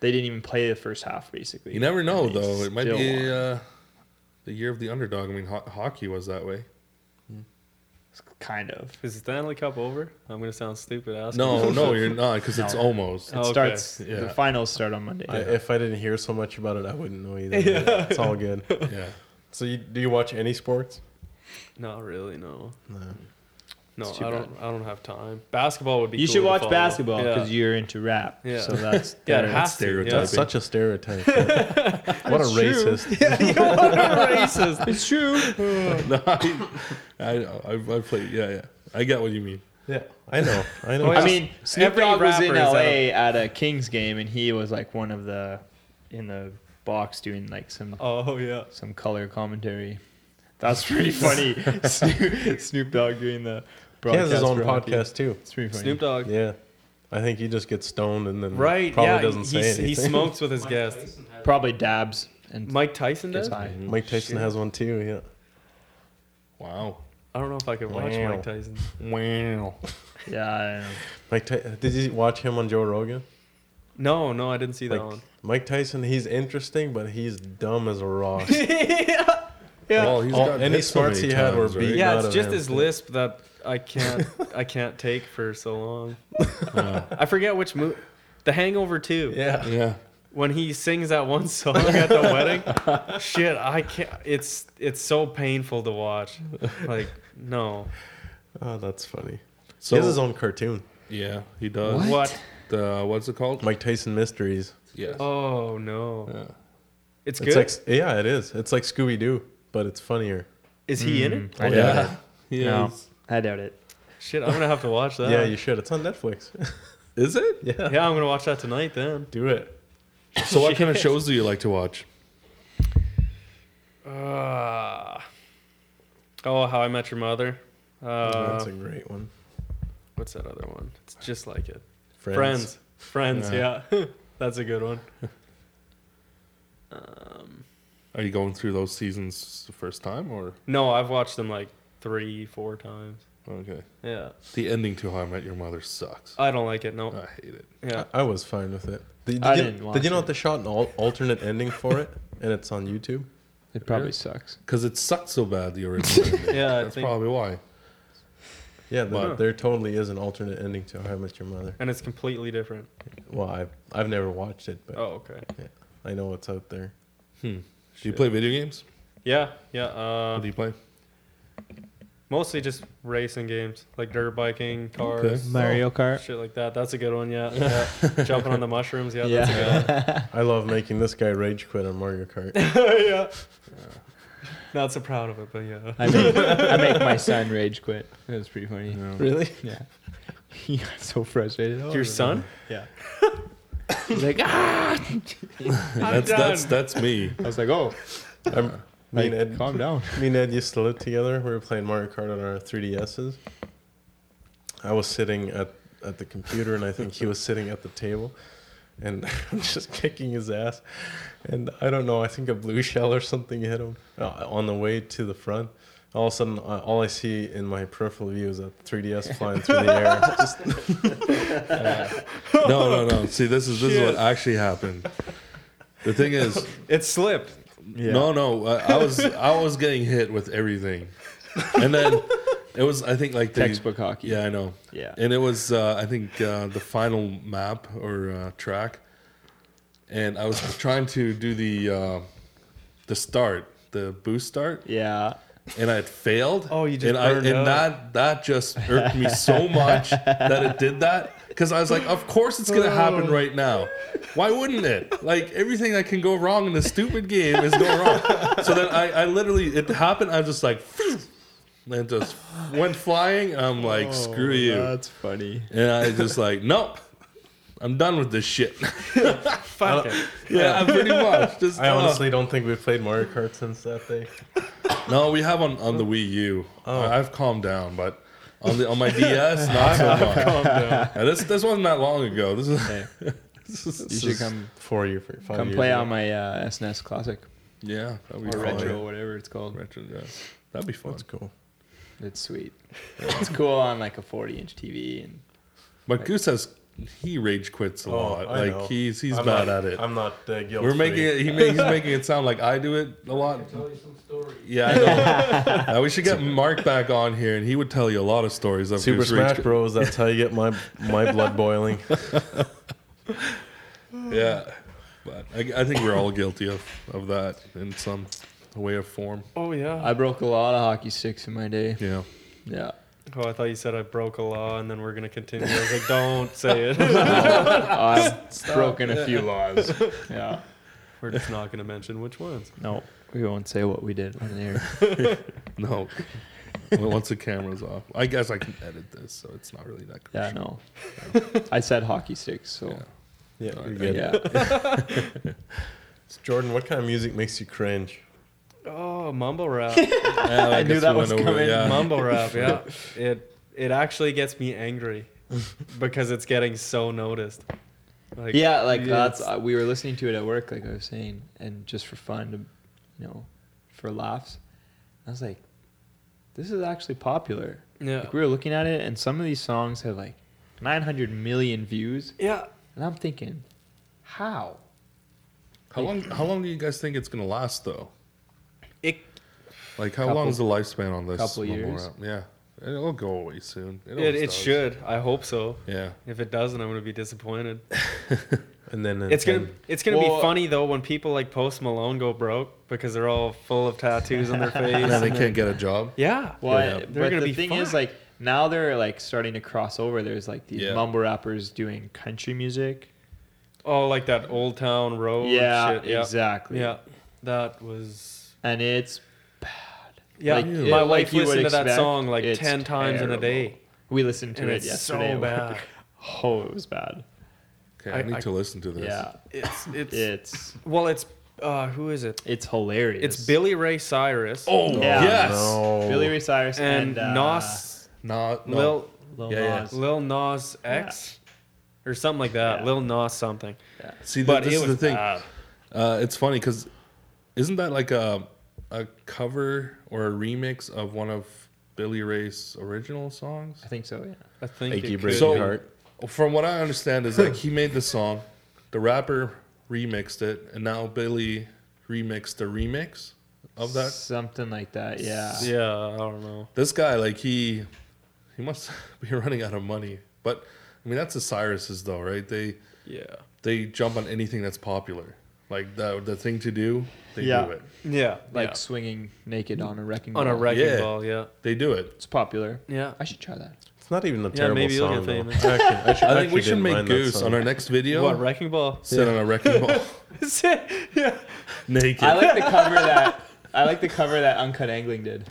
Speaker 4: They didn't even play the first half, basically.
Speaker 3: You never know,
Speaker 4: And they
Speaker 3: though. It might
Speaker 4: still
Speaker 3: be
Speaker 4: won.
Speaker 3: uh, the year of the underdog. I mean, ho- hockey was that way.
Speaker 4: kind of.
Speaker 2: Is the Stanley Cup over? I'm gonna sound stupid. Asking
Speaker 3: No, no, you're not, because it's
Speaker 4: No.
Speaker 3: almost.
Speaker 4: It
Speaker 2: Okay.
Speaker 4: starts.
Speaker 3: Yeah.
Speaker 4: The finals start on Monday.
Speaker 1: I, if I didn't hear so much about it, I wouldn't know either. [laughs] Yeah. It's all good.
Speaker 3: Yeah.
Speaker 1: So, you, do you watch any sports?
Speaker 2: Not really. No.
Speaker 1: No.
Speaker 2: No,
Speaker 4: It's too
Speaker 2: I don't. I don't have time. Basketball would be.
Speaker 4: you
Speaker 2: cool
Speaker 4: should
Speaker 2: to
Speaker 4: watch
Speaker 2: follow.
Speaker 4: basketball
Speaker 2: Yeah. [laughs]
Speaker 4: because you're into rap.
Speaker 2: Yeah. [laughs]
Speaker 4: So that's
Speaker 2: yeah, it
Speaker 4: there.
Speaker 2: has to.
Speaker 3: stereotyping.
Speaker 2: Yeah.
Speaker 1: That's such a
Speaker 2: [laughs]
Speaker 1: stereotype. what a racist.
Speaker 2: Yeah, you don't want to be racist. It's true.
Speaker 3: no, I, I, know. I, I play. Yeah, yeah. I get what you mean.
Speaker 1: Yeah, I know. I know.
Speaker 2: Oh, yeah.
Speaker 4: I mean, Snoop
Speaker 2: Every
Speaker 4: Dogg was
Speaker 2: rapper
Speaker 4: in
Speaker 2: is out of-
Speaker 4: LA at a Kings game, and he was like one of the in the box doing like some
Speaker 2: Oh yeah.
Speaker 4: some color commentary. That's
Speaker 2: [laughs]
Speaker 4: pretty funny. Snoop, Snoop Dogg doing the
Speaker 1: he has
Speaker 4: broadcast.
Speaker 1: his own
Speaker 4: for hockey.
Speaker 1: podcast too.
Speaker 4: It's pretty funny.
Speaker 2: Snoop Dogg.
Speaker 1: Yeah, I think he just gets stoned and then
Speaker 2: Right.
Speaker 1: probably
Speaker 2: yeah.
Speaker 1: doesn't
Speaker 2: he,
Speaker 1: say
Speaker 2: he,
Speaker 1: anything.
Speaker 2: he smokes with his guests.
Speaker 4: Probably dabs and
Speaker 2: Mike Tyson
Speaker 4: gets
Speaker 2: does.
Speaker 4: high.
Speaker 1: [laughs] Mike Tyson has one too. Yeah.
Speaker 3: Wow.
Speaker 2: I don't know if I could watch
Speaker 1: Wow.
Speaker 2: Mike Tyson.
Speaker 3: Wow.
Speaker 4: Yeah, I don't know.
Speaker 1: Mike, Ty- did you watch him on Joe Rogan?
Speaker 2: No, no, I didn't see that
Speaker 1: Like-
Speaker 2: one.
Speaker 1: Mike Tyson, he's interesting, but he's dumb as a
Speaker 2: [laughs]
Speaker 1: rock.
Speaker 2: Yeah.
Speaker 3: Well, he's
Speaker 1: All-
Speaker 3: gotten
Speaker 1: any
Speaker 3: hit so
Speaker 1: smarts
Speaker 3: many
Speaker 1: he had were
Speaker 3: times, right?
Speaker 1: beat.
Speaker 2: yeah,
Speaker 1: not
Speaker 2: it's
Speaker 1: an
Speaker 2: just
Speaker 1: Aaron
Speaker 2: his
Speaker 1: Flynn.
Speaker 2: lisp that I can't I can't take for so long. I forget which movie. The Hangover 2.
Speaker 1: yeah.
Speaker 3: Yeah.
Speaker 2: When he sings that one song at the wedding, shit, I can't. It's it's so painful to watch. Like no,
Speaker 1: Oh, that's funny.
Speaker 3: So,
Speaker 1: he has his own cartoon,
Speaker 3: yeah, he does.
Speaker 2: what?
Speaker 3: The, what's it called?
Speaker 1: Mike Tyson Mysteries.
Speaker 3: Yes.
Speaker 2: Oh no,
Speaker 3: Yeah.
Speaker 2: it's good.
Speaker 1: It's like yeah, it is. It's like Scooby Doo, but it's funnier.
Speaker 2: Is he in it?
Speaker 4: I doubt
Speaker 3: yeah.
Speaker 4: it.
Speaker 3: Yeah.
Speaker 4: No, I doubt it.
Speaker 2: Shit, I'm gonna have to watch that.
Speaker 1: yeah, you should. It's on Netflix. [laughs]
Speaker 3: Is it?
Speaker 1: yeah.
Speaker 2: [laughs] yeah, I'm gonna watch that tonight then.
Speaker 1: do it.
Speaker 3: So what kind of shows do you like to watch?
Speaker 2: Uh, oh, How I Met Your Mother. Uh,
Speaker 1: that's a great one.
Speaker 2: what's that other one? It's just like it.
Speaker 1: Friends.
Speaker 2: Friends. Friends,
Speaker 3: Yeah.
Speaker 2: yeah. [laughs] That's a good one. um,
Speaker 3: Are you going through those seasons the first time or
Speaker 2: no, I've watched them like three, four times.
Speaker 3: okay?
Speaker 2: Yeah.
Speaker 3: The ending to How I Met Your Mother sucks.
Speaker 2: I don't like it. No.
Speaker 3: I hate it.
Speaker 2: Yeah.
Speaker 1: I was fine with it. Did, did
Speaker 4: I
Speaker 1: you,
Speaker 4: didn't
Speaker 1: did
Speaker 4: watch
Speaker 1: you know
Speaker 4: it.
Speaker 1: what they shot an al- alternate ending for it, [laughs] and it's on YouTube.
Speaker 4: It probably
Speaker 3: Really?
Speaker 4: sucks.
Speaker 3: Because it sucked so
Speaker 2: [laughs]
Speaker 3: bad, the original ending.
Speaker 2: Yeah, I
Speaker 3: That's
Speaker 2: think-
Speaker 3: probably why.
Speaker 1: Yeah, there,
Speaker 3: Wow.
Speaker 1: there totally is an alternate ending to How I Met Your Mother.
Speaker 2: And it's completely different.
Speaker 1: Well, I've, I've never watched it, but
Speaker 2: Oh, okay.
Speaker 1: I know it's out there.
Speaker 2: Hmm.
Speaker 3: Do you play video games?
Speaker 2: Yeah. Yeah.
Speaker 3: What
Speaker 2: Uh,
Speaker 3: do you play?
Speaker 2: mostly just racing games like dirt biking, cars.
Speaker 3: Okay.
Speaker 4: Mario Kart.
Speaker 2: Shit like that. That's a good one. Yeah. yeah. Jumping on the mushrooms. Yeah. That's a
Speaker 4: Yeah.
Speaker 1: I love making this guy rage quit on Mario
Speaker 4: [laughs]
Speaker 1: Kart.
Speaker 2: good one. [laughs] yeah. Not so proud of it, but yeah.
Speaker 4: I make, I make [laughs] my son rage quit. It was pretty funny.
Speaker 1: really?
Speaker 4: [laughs] Yeah. He got so frustrated.
Speaker 2: Your son?
Speaker 4: Oh, Yeah. He's like, ah!
Speaker 3: That's
Speaker 2: done.
Speaker 3: that's that's me.
Speaker 4: I was like, oh,
Speaker 1: I'm, me,
Speaker 4: like,
Speaker 1: and Ed,
Speaker 4: calm down.
Speaker 1: me and Ed used to live together. We were playing Mario Kart on our 3DSs. I was sitting at, at the computer, and I think he was sitting at the table. And [laughs] I'm just kicking his ass. And I don't know, I think a blue shell or something hit him uh, on the way to the front. All of a sudden, uh, all I see in my peripheral view is a 3DS flying through the air.
Speaker 3: [laughs]
Speaker 1: Just
Speaker 3: No, no,
Speaker 2: [laughs]
Speaker 3: no. See, this is this is what actually happened. The
Speaker 2: [laughs]
Speaker 3: thing is,
Speaker 2: It slipped.
Speaker 3: No, no. I, I was I was getting hit with everything, and then it was I think like the
Speaker 4: Textbook hockey.
Speaker 3: Yeah, I know.
Speaker 4: [laughs] Yeah.
Speaker 3: and it was uh, I think uh, the final map or uh, track, and I was trying to do the uh, the start, the boost start,
Speaker 4: Yeah.
Speaker 3: and I had failed.
Speaker 2: Oh, you just
Speaker 3: and I,
Speaker 2: burned
Speaker 3: and
Speaker 2: up.
Speaker 3: that that just irked me so much that it did that because I was like, of course it's gonna happen
Speaker 2: Oh.
Speaker 3: right now. Why wouldn't it? Like everything that can go wrong in this stupid game is going wrong. So then I, I literally it happened. I was just like. [laughs] Phew, and just went flying. and I'm like,
Speaker 2: Oh,
Speaker 3: screw you.
Speaker 4: That's funny.
Speaker 3: And I just like, nope, I'm done with this shit.
Speaker 2: Fuck it.
Speaker 3: yeah, pretty much. Just
Speaker 1: I
Speaker 3: uh,
Speaker 1: honestly don't think we've played Mario Kart since that day.
Speaker 3: No, we have on, on the Wii U. I, have calmed down, but on the on my DS, not so much. Yeah, this this wasn't that long ago. This is. this is-
Speaker 4: You
Speaker 1: This
Speaker 4: should
Speaker 1: is
Speaker 4: come
Speaker 1: four year, five
Speaker 4: come
Speaker 1: years
Speaker 4: play
Speaker 1: ago.
Speaker 4: on my uh, SNES Classic
Speaker 3: [laughs] Yeah, that'd be
Speaker 4: or
Speaker 3: fun.
Speaker 4: Retro, whatever it's
Speaker 3: Yeah,
Speaker 4: called.
Speaker 3: retro, yeah. That'd be fun.
Speaker 1: That's cool.
Speaker 4: It's sweet. it's cool on like a 40 inch TV and
Speaker 3: But Goose has he rage quits a lot.
Speaker 1: I
Speaker 3: like
Speaker 1: know.
Speaker 3: he's he's
Speaker 1: I'm
Speaker 3: bad
Speaker 1: not-
Speaker 3: at it.
Speaker 1: I'm not uh, guilty.
Speaker 3: We're making it. He ma- he's making it sound like I do it a lot. Yeah, I
Speaker 4: [laughs]
Speaker 3: know. Uh, we should get Mark back on here, and he would tell you a lot of stories of
Speaker 1: Super
Speaker 3: his
Speaker 1: Smash
Speaker 3: rage.
Speaker 1: Bros. That's how you get my [laughs] my blood boiling.
Speaker 3: Yeah, but I, I think we're all guilty of of that in some way or form.
Speaker 2: Oh yeah.
Speaker 4: I broke a lot of hockey sticks in my day.
Speaker 3: Yeah.
Speaker 4: [laughs] Yeah.
Speaker 2: Oh, I thought you said I broke a law, and then we're gonna continue. I was like, don't say it. [laughs]
Speaker 4: I've broken a [laughs] few laws. Yeah.
Speaker 2: We're just not going to mention which [laughs] ones.
Speaker 4: No, we won't say what we did on air.
Speaker 3: No. Well, Once the camera's off, I guess I can edit this, so it's not really that.
Speaker 4: Yeah,
Speaker 3: Crucial.
Speaker 4: no. I said hockey sticks, so
Speaker 1: Yeah,
Speaker 3: All
Speaker 1: you're
Speaker 3: right.
Speaker 1: good.
Speaker 4: yeah.
Speaker 1: Jordan, what kind of music makes you cringe?
Speaker 2: Oh, mumble rap,
Speaker 3: Yeah,
Speaker 4: I knew
Speaker 3: guess
Speaker 4: that
Speaker 3: we
Speaker 4: was
Speaker 3: went over it,
Speaker 4: coming.
Speaker 3: Yeah.
Speaker 2: mumble rap. [laughs] Yeah, it it actually gets me angry because it's getting so noticed. Like,
Speaker 4: yeah, like that's
Speaker 2: it's-
Speaker 4: uh, we were listening to it at work, like I was saying, and just for fun, to, you know, for laughs. I was like, this is actually popular.
Speaker 2: yeah,
Speaker 4: Like we were looking at it, and some of these songs have like 900 million views,
Speaker 2: yeah.
Speaker 4: and I'm thinking, how?
Speaker 3: How long? How long do you guys think it's gonna last, though?
Speaker 2: It
Speaker 3: Like, how
Speaker 4: Couple-
Speaker 3: long is the lifespan on this?
Speaker 4: couple
Speaker 3: mumble
Speaker 4: years.
Speaker 3: rap? Yeah, it'll go away soon.
Speaker 2: it,
Speaker 3: always
Speaker 2: it
Speaker 3: does.
Speaker 2: should. I hope so.
Speaker 3: Yeah.
Speaker 2: If it doesn't, I'm gonna be disappointed.
Speaker 1: And then
Speaker 2: It's gonna it's gonna
Speaker 4: Well-
Speaker 2: be funny though when people like Post Malone go broke because they're all full of tattoos on
Speaker 4: [laughs]
Speaker 2: their face.
Speaker 3: And then they
Speaker 2: and
Speaker 3: can't get a job.
Speaker 2: Yeah.
Speaker 4: Well, I-
Speaker 3: Yeah.
Speaker 4: but
Speaker 2: They're gonna
Speaker 4: the
Speaker 2: be
Speaker 4: thing is,
Speaker 2: fucked.
Speaker 4: like now they're like starting to cross over. There's like these
Speaker 3: Yeah.
Speaker 4: mumble rappers doing country music.
Speaker 2: Oh, like that Old Town Road.
Speaker 4: yeah,
Speaker 2: Shit. Yeah.
Speaker 4: exactly.
Speaker 2: Yeah. That was
Speaker 4: and it's
Speaker 2: Yeah,
Speaker 4: Like,
Speaker 2: my
Speaker 4: it- like
Speaker 2: wife
Speaker 4: you would
Speaker 2: listened to that
Speaker 4: expect,
Speaker 2: song like
Speaker 4: it's
Speaker 2: ten times in a day,
Speaker 4: we listened to
Speaker 2: and
Speaker 4: it
Speaker 2: it's
Speaker 4: yesterday.
Speaker 2: so bad.
Speaker 4: [laughs] Oh, it was bad.
Speaker 3: Okay, I,
Speaker 2: I-
Speaker 3: need
Speaker 2: I-
Speaker 3: to listen to this.
Speaker 4: Yeah,
Speaker 2: It's it's
Speaker 4: it's
Speaker 2: well, it's uh, who is it?
Speaker 4: it's hilarious.
Speaker 2: It's Billy Ray Cyrus
Speaker 3: Oh
Speaker 4: Yeah.
Speaker 3: yes.
Speaker 1: No.
Speaker 4: Billy Ray Cyrus
Speaker 2: and
Speaker 4: and, uh,
Speaker 2: Nas,
Speaker 3: Not no.
Speaker 2: Lil
Speaker 4: Lil
Speaker 3: Yeah, yeah.
Speaker 4: Nas.
Speaker 2: Lil Nas X, or something like that.
Speaker 4: Yeah.
Speaker 2: Lil Nas something.
Speaker 3: See,
Speaker 2: But
Speaker 3: but this
Speaker 2: it
Speaker 3: is the
Speaker 2: was
Speaker 3: thing.
Speaker 2: bad.
Speaker 3: Uh, it's funny because isn't that like a a cover or a remix of one of Billy Ray's original songs?
Speaker 4: I think so. Yeah.
Speaker 2: I think
Speaker 1: Achy breaky
Speaker 2: it could-
Speaker 3: So-
Speaker 1: heart.
Speaker 3: From what I understand, is like he made the song, the rapper remixed it, and now Billy remixed the remix of that
Speaker 4: something like that. Yeah.
Speaker 2: yeah, I don't know.
Speaker 3: this guy like he he must [laughs] be running out of money but i mean that's the cyrus's though right they
Speaker 2: Yeah,
Speaker 3: they jump on anything that's popular like the, the thing to do they
Speaker 4: Yeah.
Speaker 3: do it
Speaker 2: yeah,
Speaker 4: Like
Speaker 2: yeah.
Speaker 4: swinging naked on a wrecking
Speaker 2: on a
Speaker 4: ball.
Speaker 2: wrecking
Speaker 3: Yeah.
Speaker 2: ball. Yeah,
Speaker 3: they do it
Speaker 4: It's popular.
Speaker 2: yeah.
Speaker 4: I should try that.
Speaker 1: It's not even a
Speaker 2: Yeah,
Speaker 1: terrible
Speaker 2: maybe
Speaker 1: song.
Speaker 2: you'll get
Speaker 1: though.
Speaker 2: [laughs] famous.
Speaker 1: Actually, I, should,
Speaker 3: i think we
Speaker 1: actually
Speaker 3: should
Speaker 1: didn't
Speaker 3: make
Speaker 1: mind that
Speaker 3: goose on
Speaker 1: song.
Speaker 3: our next video
Speaker 2: What wrecking [laughs] ball?
Speaker 3: sit on a wrecking
Speaker 4: [laughs]
Speaker 3: ball
Speaker 2: yeah.
Speaker 3: naked
Speaker 4: I like the cover [laughs] that I like the cover that Uncut Angling did.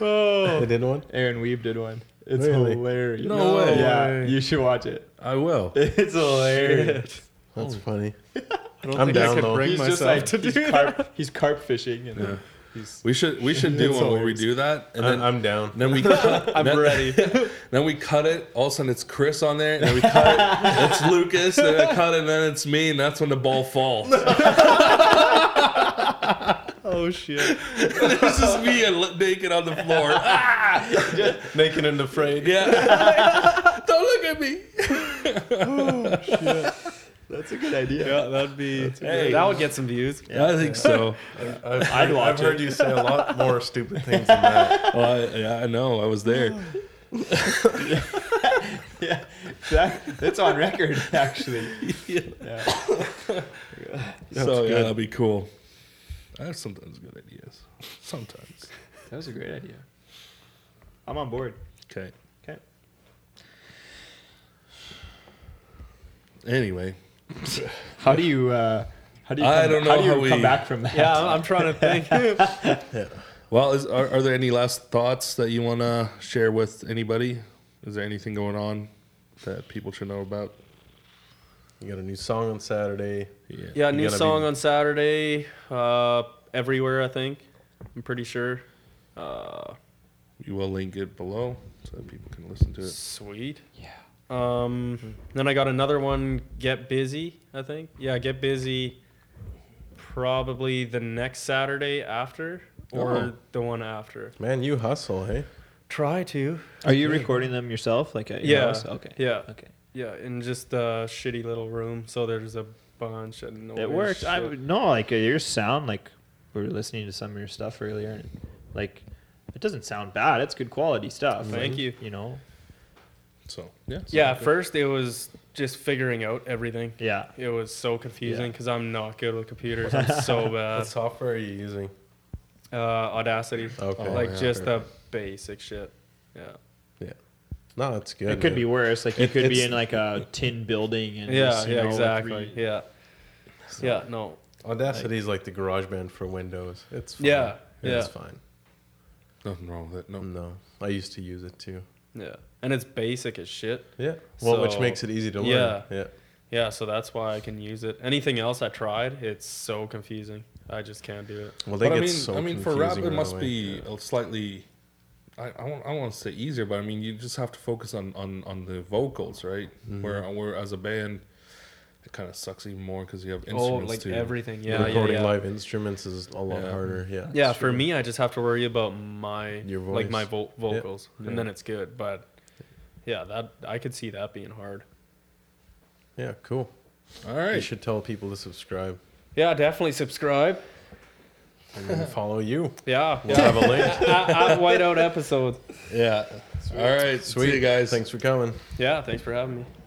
Speaker 4: Oh.
Speaker 1: They did one.
Speaker 4: Aaron Weeb did one. It's
Speaker 1: Really?
Speaker 4: hilarious.
Speaker 3: No No way.
Speaker 4: Yeah,
Speaker 2: way.
Speaker 4: you should watch it. [laughs]
Speaker 3: i will
Speaker 4: It's hilarious.
Speaker 1: That's funny.
Speaker 2: I don't
Speaker 1: I'm
Speaker 2: think
Speaker 1: down,
Speaker 2: I could
Speaker 1: though.
Speaker 2: bring
Speaker 4: He's
Speaker 2: myself
Speaker 4: just like
Speaker 2: to do
Speaker 4: he's carp, he's carp fishing and then he's
Speaker 3: we should we should do
Speaker 1: It's
Speaker 3: one where we
Speaker 1: hilarious.
Speaker 3: do that and then
Speaker 1: I, am
Speaker 3: [laughs]
Speaker 1: down.
Speaker 4: [laughs]
Speaker 3: then we cut,
Speaker 4: I'm
Speaker 3: then,
Speaker 4: ready.
Speaker 3: [laughs] then we cut it. All of a sudden, it's Chris on there, and then we cut
Speaker 4: [laughs]
Speaker 3: it. It's Lucas, and then I cut it, and then it's me, and that's when the ball falls. [laughs]
Speaker 2: Oh shit.
Speaker 3: This is me and li- naked on the
Speaker 4: [laughs]
Speaker 3: floor. Ah,
Speaker 1: Naked and afraid.
Speaker 3: yeah.
Speaker 4: [laughs]
Speaker 3: Don't look at me.
Speaker 4: That's a good idea.
Speaker 2: Yeah, that'd be
Speaker 3: Hey.
Speaker 2: that would get some views.
Speaker 3: I think so.
Speaker 1: I've,
Speaker 4: I'd watch
Speaker 1: I've heard
Speaker 4: it.
Speaker 1: you say a lot more stupid things than that.
Speaker 3: Well, I, yeah, I know. I was there.
Speaker 4: Yeah. [laughs] That, that's on record [laughs] actually. Yeah.
Speaker 3: so yeah, that'd be cool. I have sometimes good ideas. Sometimes.
Speaker 4: That was a great idea. I'm on board.
Speaker 3: Okay.
Speaker 4: Okay.
Speaker 3: Anyway,
Speaker 4: How do you uh how do you
Speaker 3: I
Speaker 4: come-
Speaker 3: don't
Speaker 4: how
Speaker 3: know
Speaker 4: do you
Speaker 3: how
Speaker 4: come
Speaker 3: we-
Speaker 4: back from that?
Speaker 2: Yeah, I'm,
Speaker 4: [laughs]
Speaker 2: I'm trying to think.
Speaker 3: well, is, are, are there any last thoughts that you want to share with anybody? Is there anything going on that people should know about?
Speaker 1: You got a new song on Saturday.
Speaker 3: Yeah.
Speaker 2: yeah,
Speaker 1: You
Speaker 2: new
Speaker 1: gotta
Speaker 2: song
Speaker 1: be-
Speaker 2: on Saturday. Uh, everywhere I think. I'm pretty sure. Uh,
Speaker 3: You will link it below so that people can listen to it.
Speaker 2: Sweet.
Speaker 5: Yeah.
Speaker 2: Um, then I got another one, Get Busy, I think. Yeah, Get Busy probably the next Saturday after or
Speaker 3: Oh.
Speaker 2: the one after.
Speaker 1: Man, you hustle, hey?
Speaker 2: Try to.
Speaker 5: Are you recording them yourself? Like at your
Speaker 2: Yeah.
Speaker 5: house? Okay.
Speaker 2: Yeah.
Speaker 5: Okay.
Speaker 2: Yeah, in just a shitty little room. So there's a bunch of noise.
Speaker 5: It worked. I
Speaker 2: shit.
Speaker 5: would- no like uh, your sound like we were listening to some of your stuff earlier and like it doesn't sound bad. It's good quality stuff.
Speaker 2: Thank
Speaker 5: like,
Speaker 2: you.
Speaker 5: You know.
Speaker 3: So yeah.
Speaker 2: yeah,
Speaker 3: sounds
Speaker 2: at
Speaker 3: good.
Speaker 2: first it was just figuring out everything.
Speaker 5: Yeah.
Speaker 2: It was so confusing because I'm not good with
Speaker 5: [laughs]
Speaker 2: computers. I'm so
Speaker 1: What
Speaker 2: bad.
Speaker 1: software are you using?
Speaker 2: Uh, Audacity.
Speaker 1: Okay.
Speaker 2: like
Speaker 1: yeah,
Speaker 2: just
Speaker 1: fair.
Speaker 2: the basic shit. Yeah.
Speaker 1: No, it's good.
Speaker 5: it could be
Speaker 1: man.
Speaker 5: worse. Like you
Speaker 1: It-
Speaker 5: could be
Speaker 1: it's-
Speaker 5: in like a tin building and
Speaker 2: Yeah,
Speaker 5: just, you
Speaker 2: yeah,
Speaker 5: know, with
Speaker 2: exactly.
Speaker 5: re-
Speaker 2: Yeah. Yeah, no.
Speaker 1: Audacity is like the garage band for Windows. It's fine.
Speaker 2: Yeah, yeah.
Speaker 1: It's fine. Um,
Speaker 3: nothing wrong with it. No.
Speaker 1: No. I used to use it too.
Speaker 2: Yeah. And it's basic as shit.
Speaker 1: Yeah. Well, which
Speaker 2: So-
Speaker 1: makes it easy to learn.
Speaker 2: Yeah.
Speaker 1: Yeah.
Speaker 2: Yeah, so that's why I can use it. Anything else I tried, it's so confusing. I just can't do it.
Speaker 1: Well, they
Speaker 3: But I
Speaker 1: get
Speaker 3: mean,
Speaker 1: so
Speaker 3: I mean, for rap,
Speaker 1: confusing
Speaker 3: it
Speaker 1: right
Speaker 3: must
Speaker 1: away.
Speaker 3: be a slightly. I, I, won't, I won't say easier, but I mean, you just have to focus on on, on the vocals, right?
Speaker 1: Mm-hmm.
Speaker 3: Where, where as a band, it kind of sucks even more because you have
Speaker 2: Oh,
Speaker 3: instruments
Speaker 2: like
Speaker 3: too.
Speaker 2: everything. Yeah, yeah,
Speaker 1: Recording
Speaker 2: yeah.
Speaker 1: live instruments is a lot
Speaker 3: Yeah.
Speaker 1: harder. Yeah.
Speaker 2: yeah, for me, I just have to worry about my
Speaker 1: Your
Speaker 2: like my
Speaker 1: voice.
Speaker 2: vo- vocals,
Speaker 1: Yeah.
Speaker 2: and then it's good. But yeah, that I could see that being hard.
Speaker 1: Yeah. Cool.
Speaker 3: All
Speaker 1: You
Speaker 3: right.
Speaker 1: should tell people to subscribe
Speaker 2: Yeah, definitely subscribe.
Speaker 1: and then follow you.
Speaker 2: Yeah,
Speaker 1: We'll
Speaker 2: yeah.
Speaker 1: have a link.
Speaker 2: [laughs] at, at Whiteout episodes.
Speaker 3: Yeah. All right.
Speaker 1: Sweet.
Speaker 3: See you guys.
Speaker 1: Thanks for coming.
Speaker 2: Yeah, thanks for having me.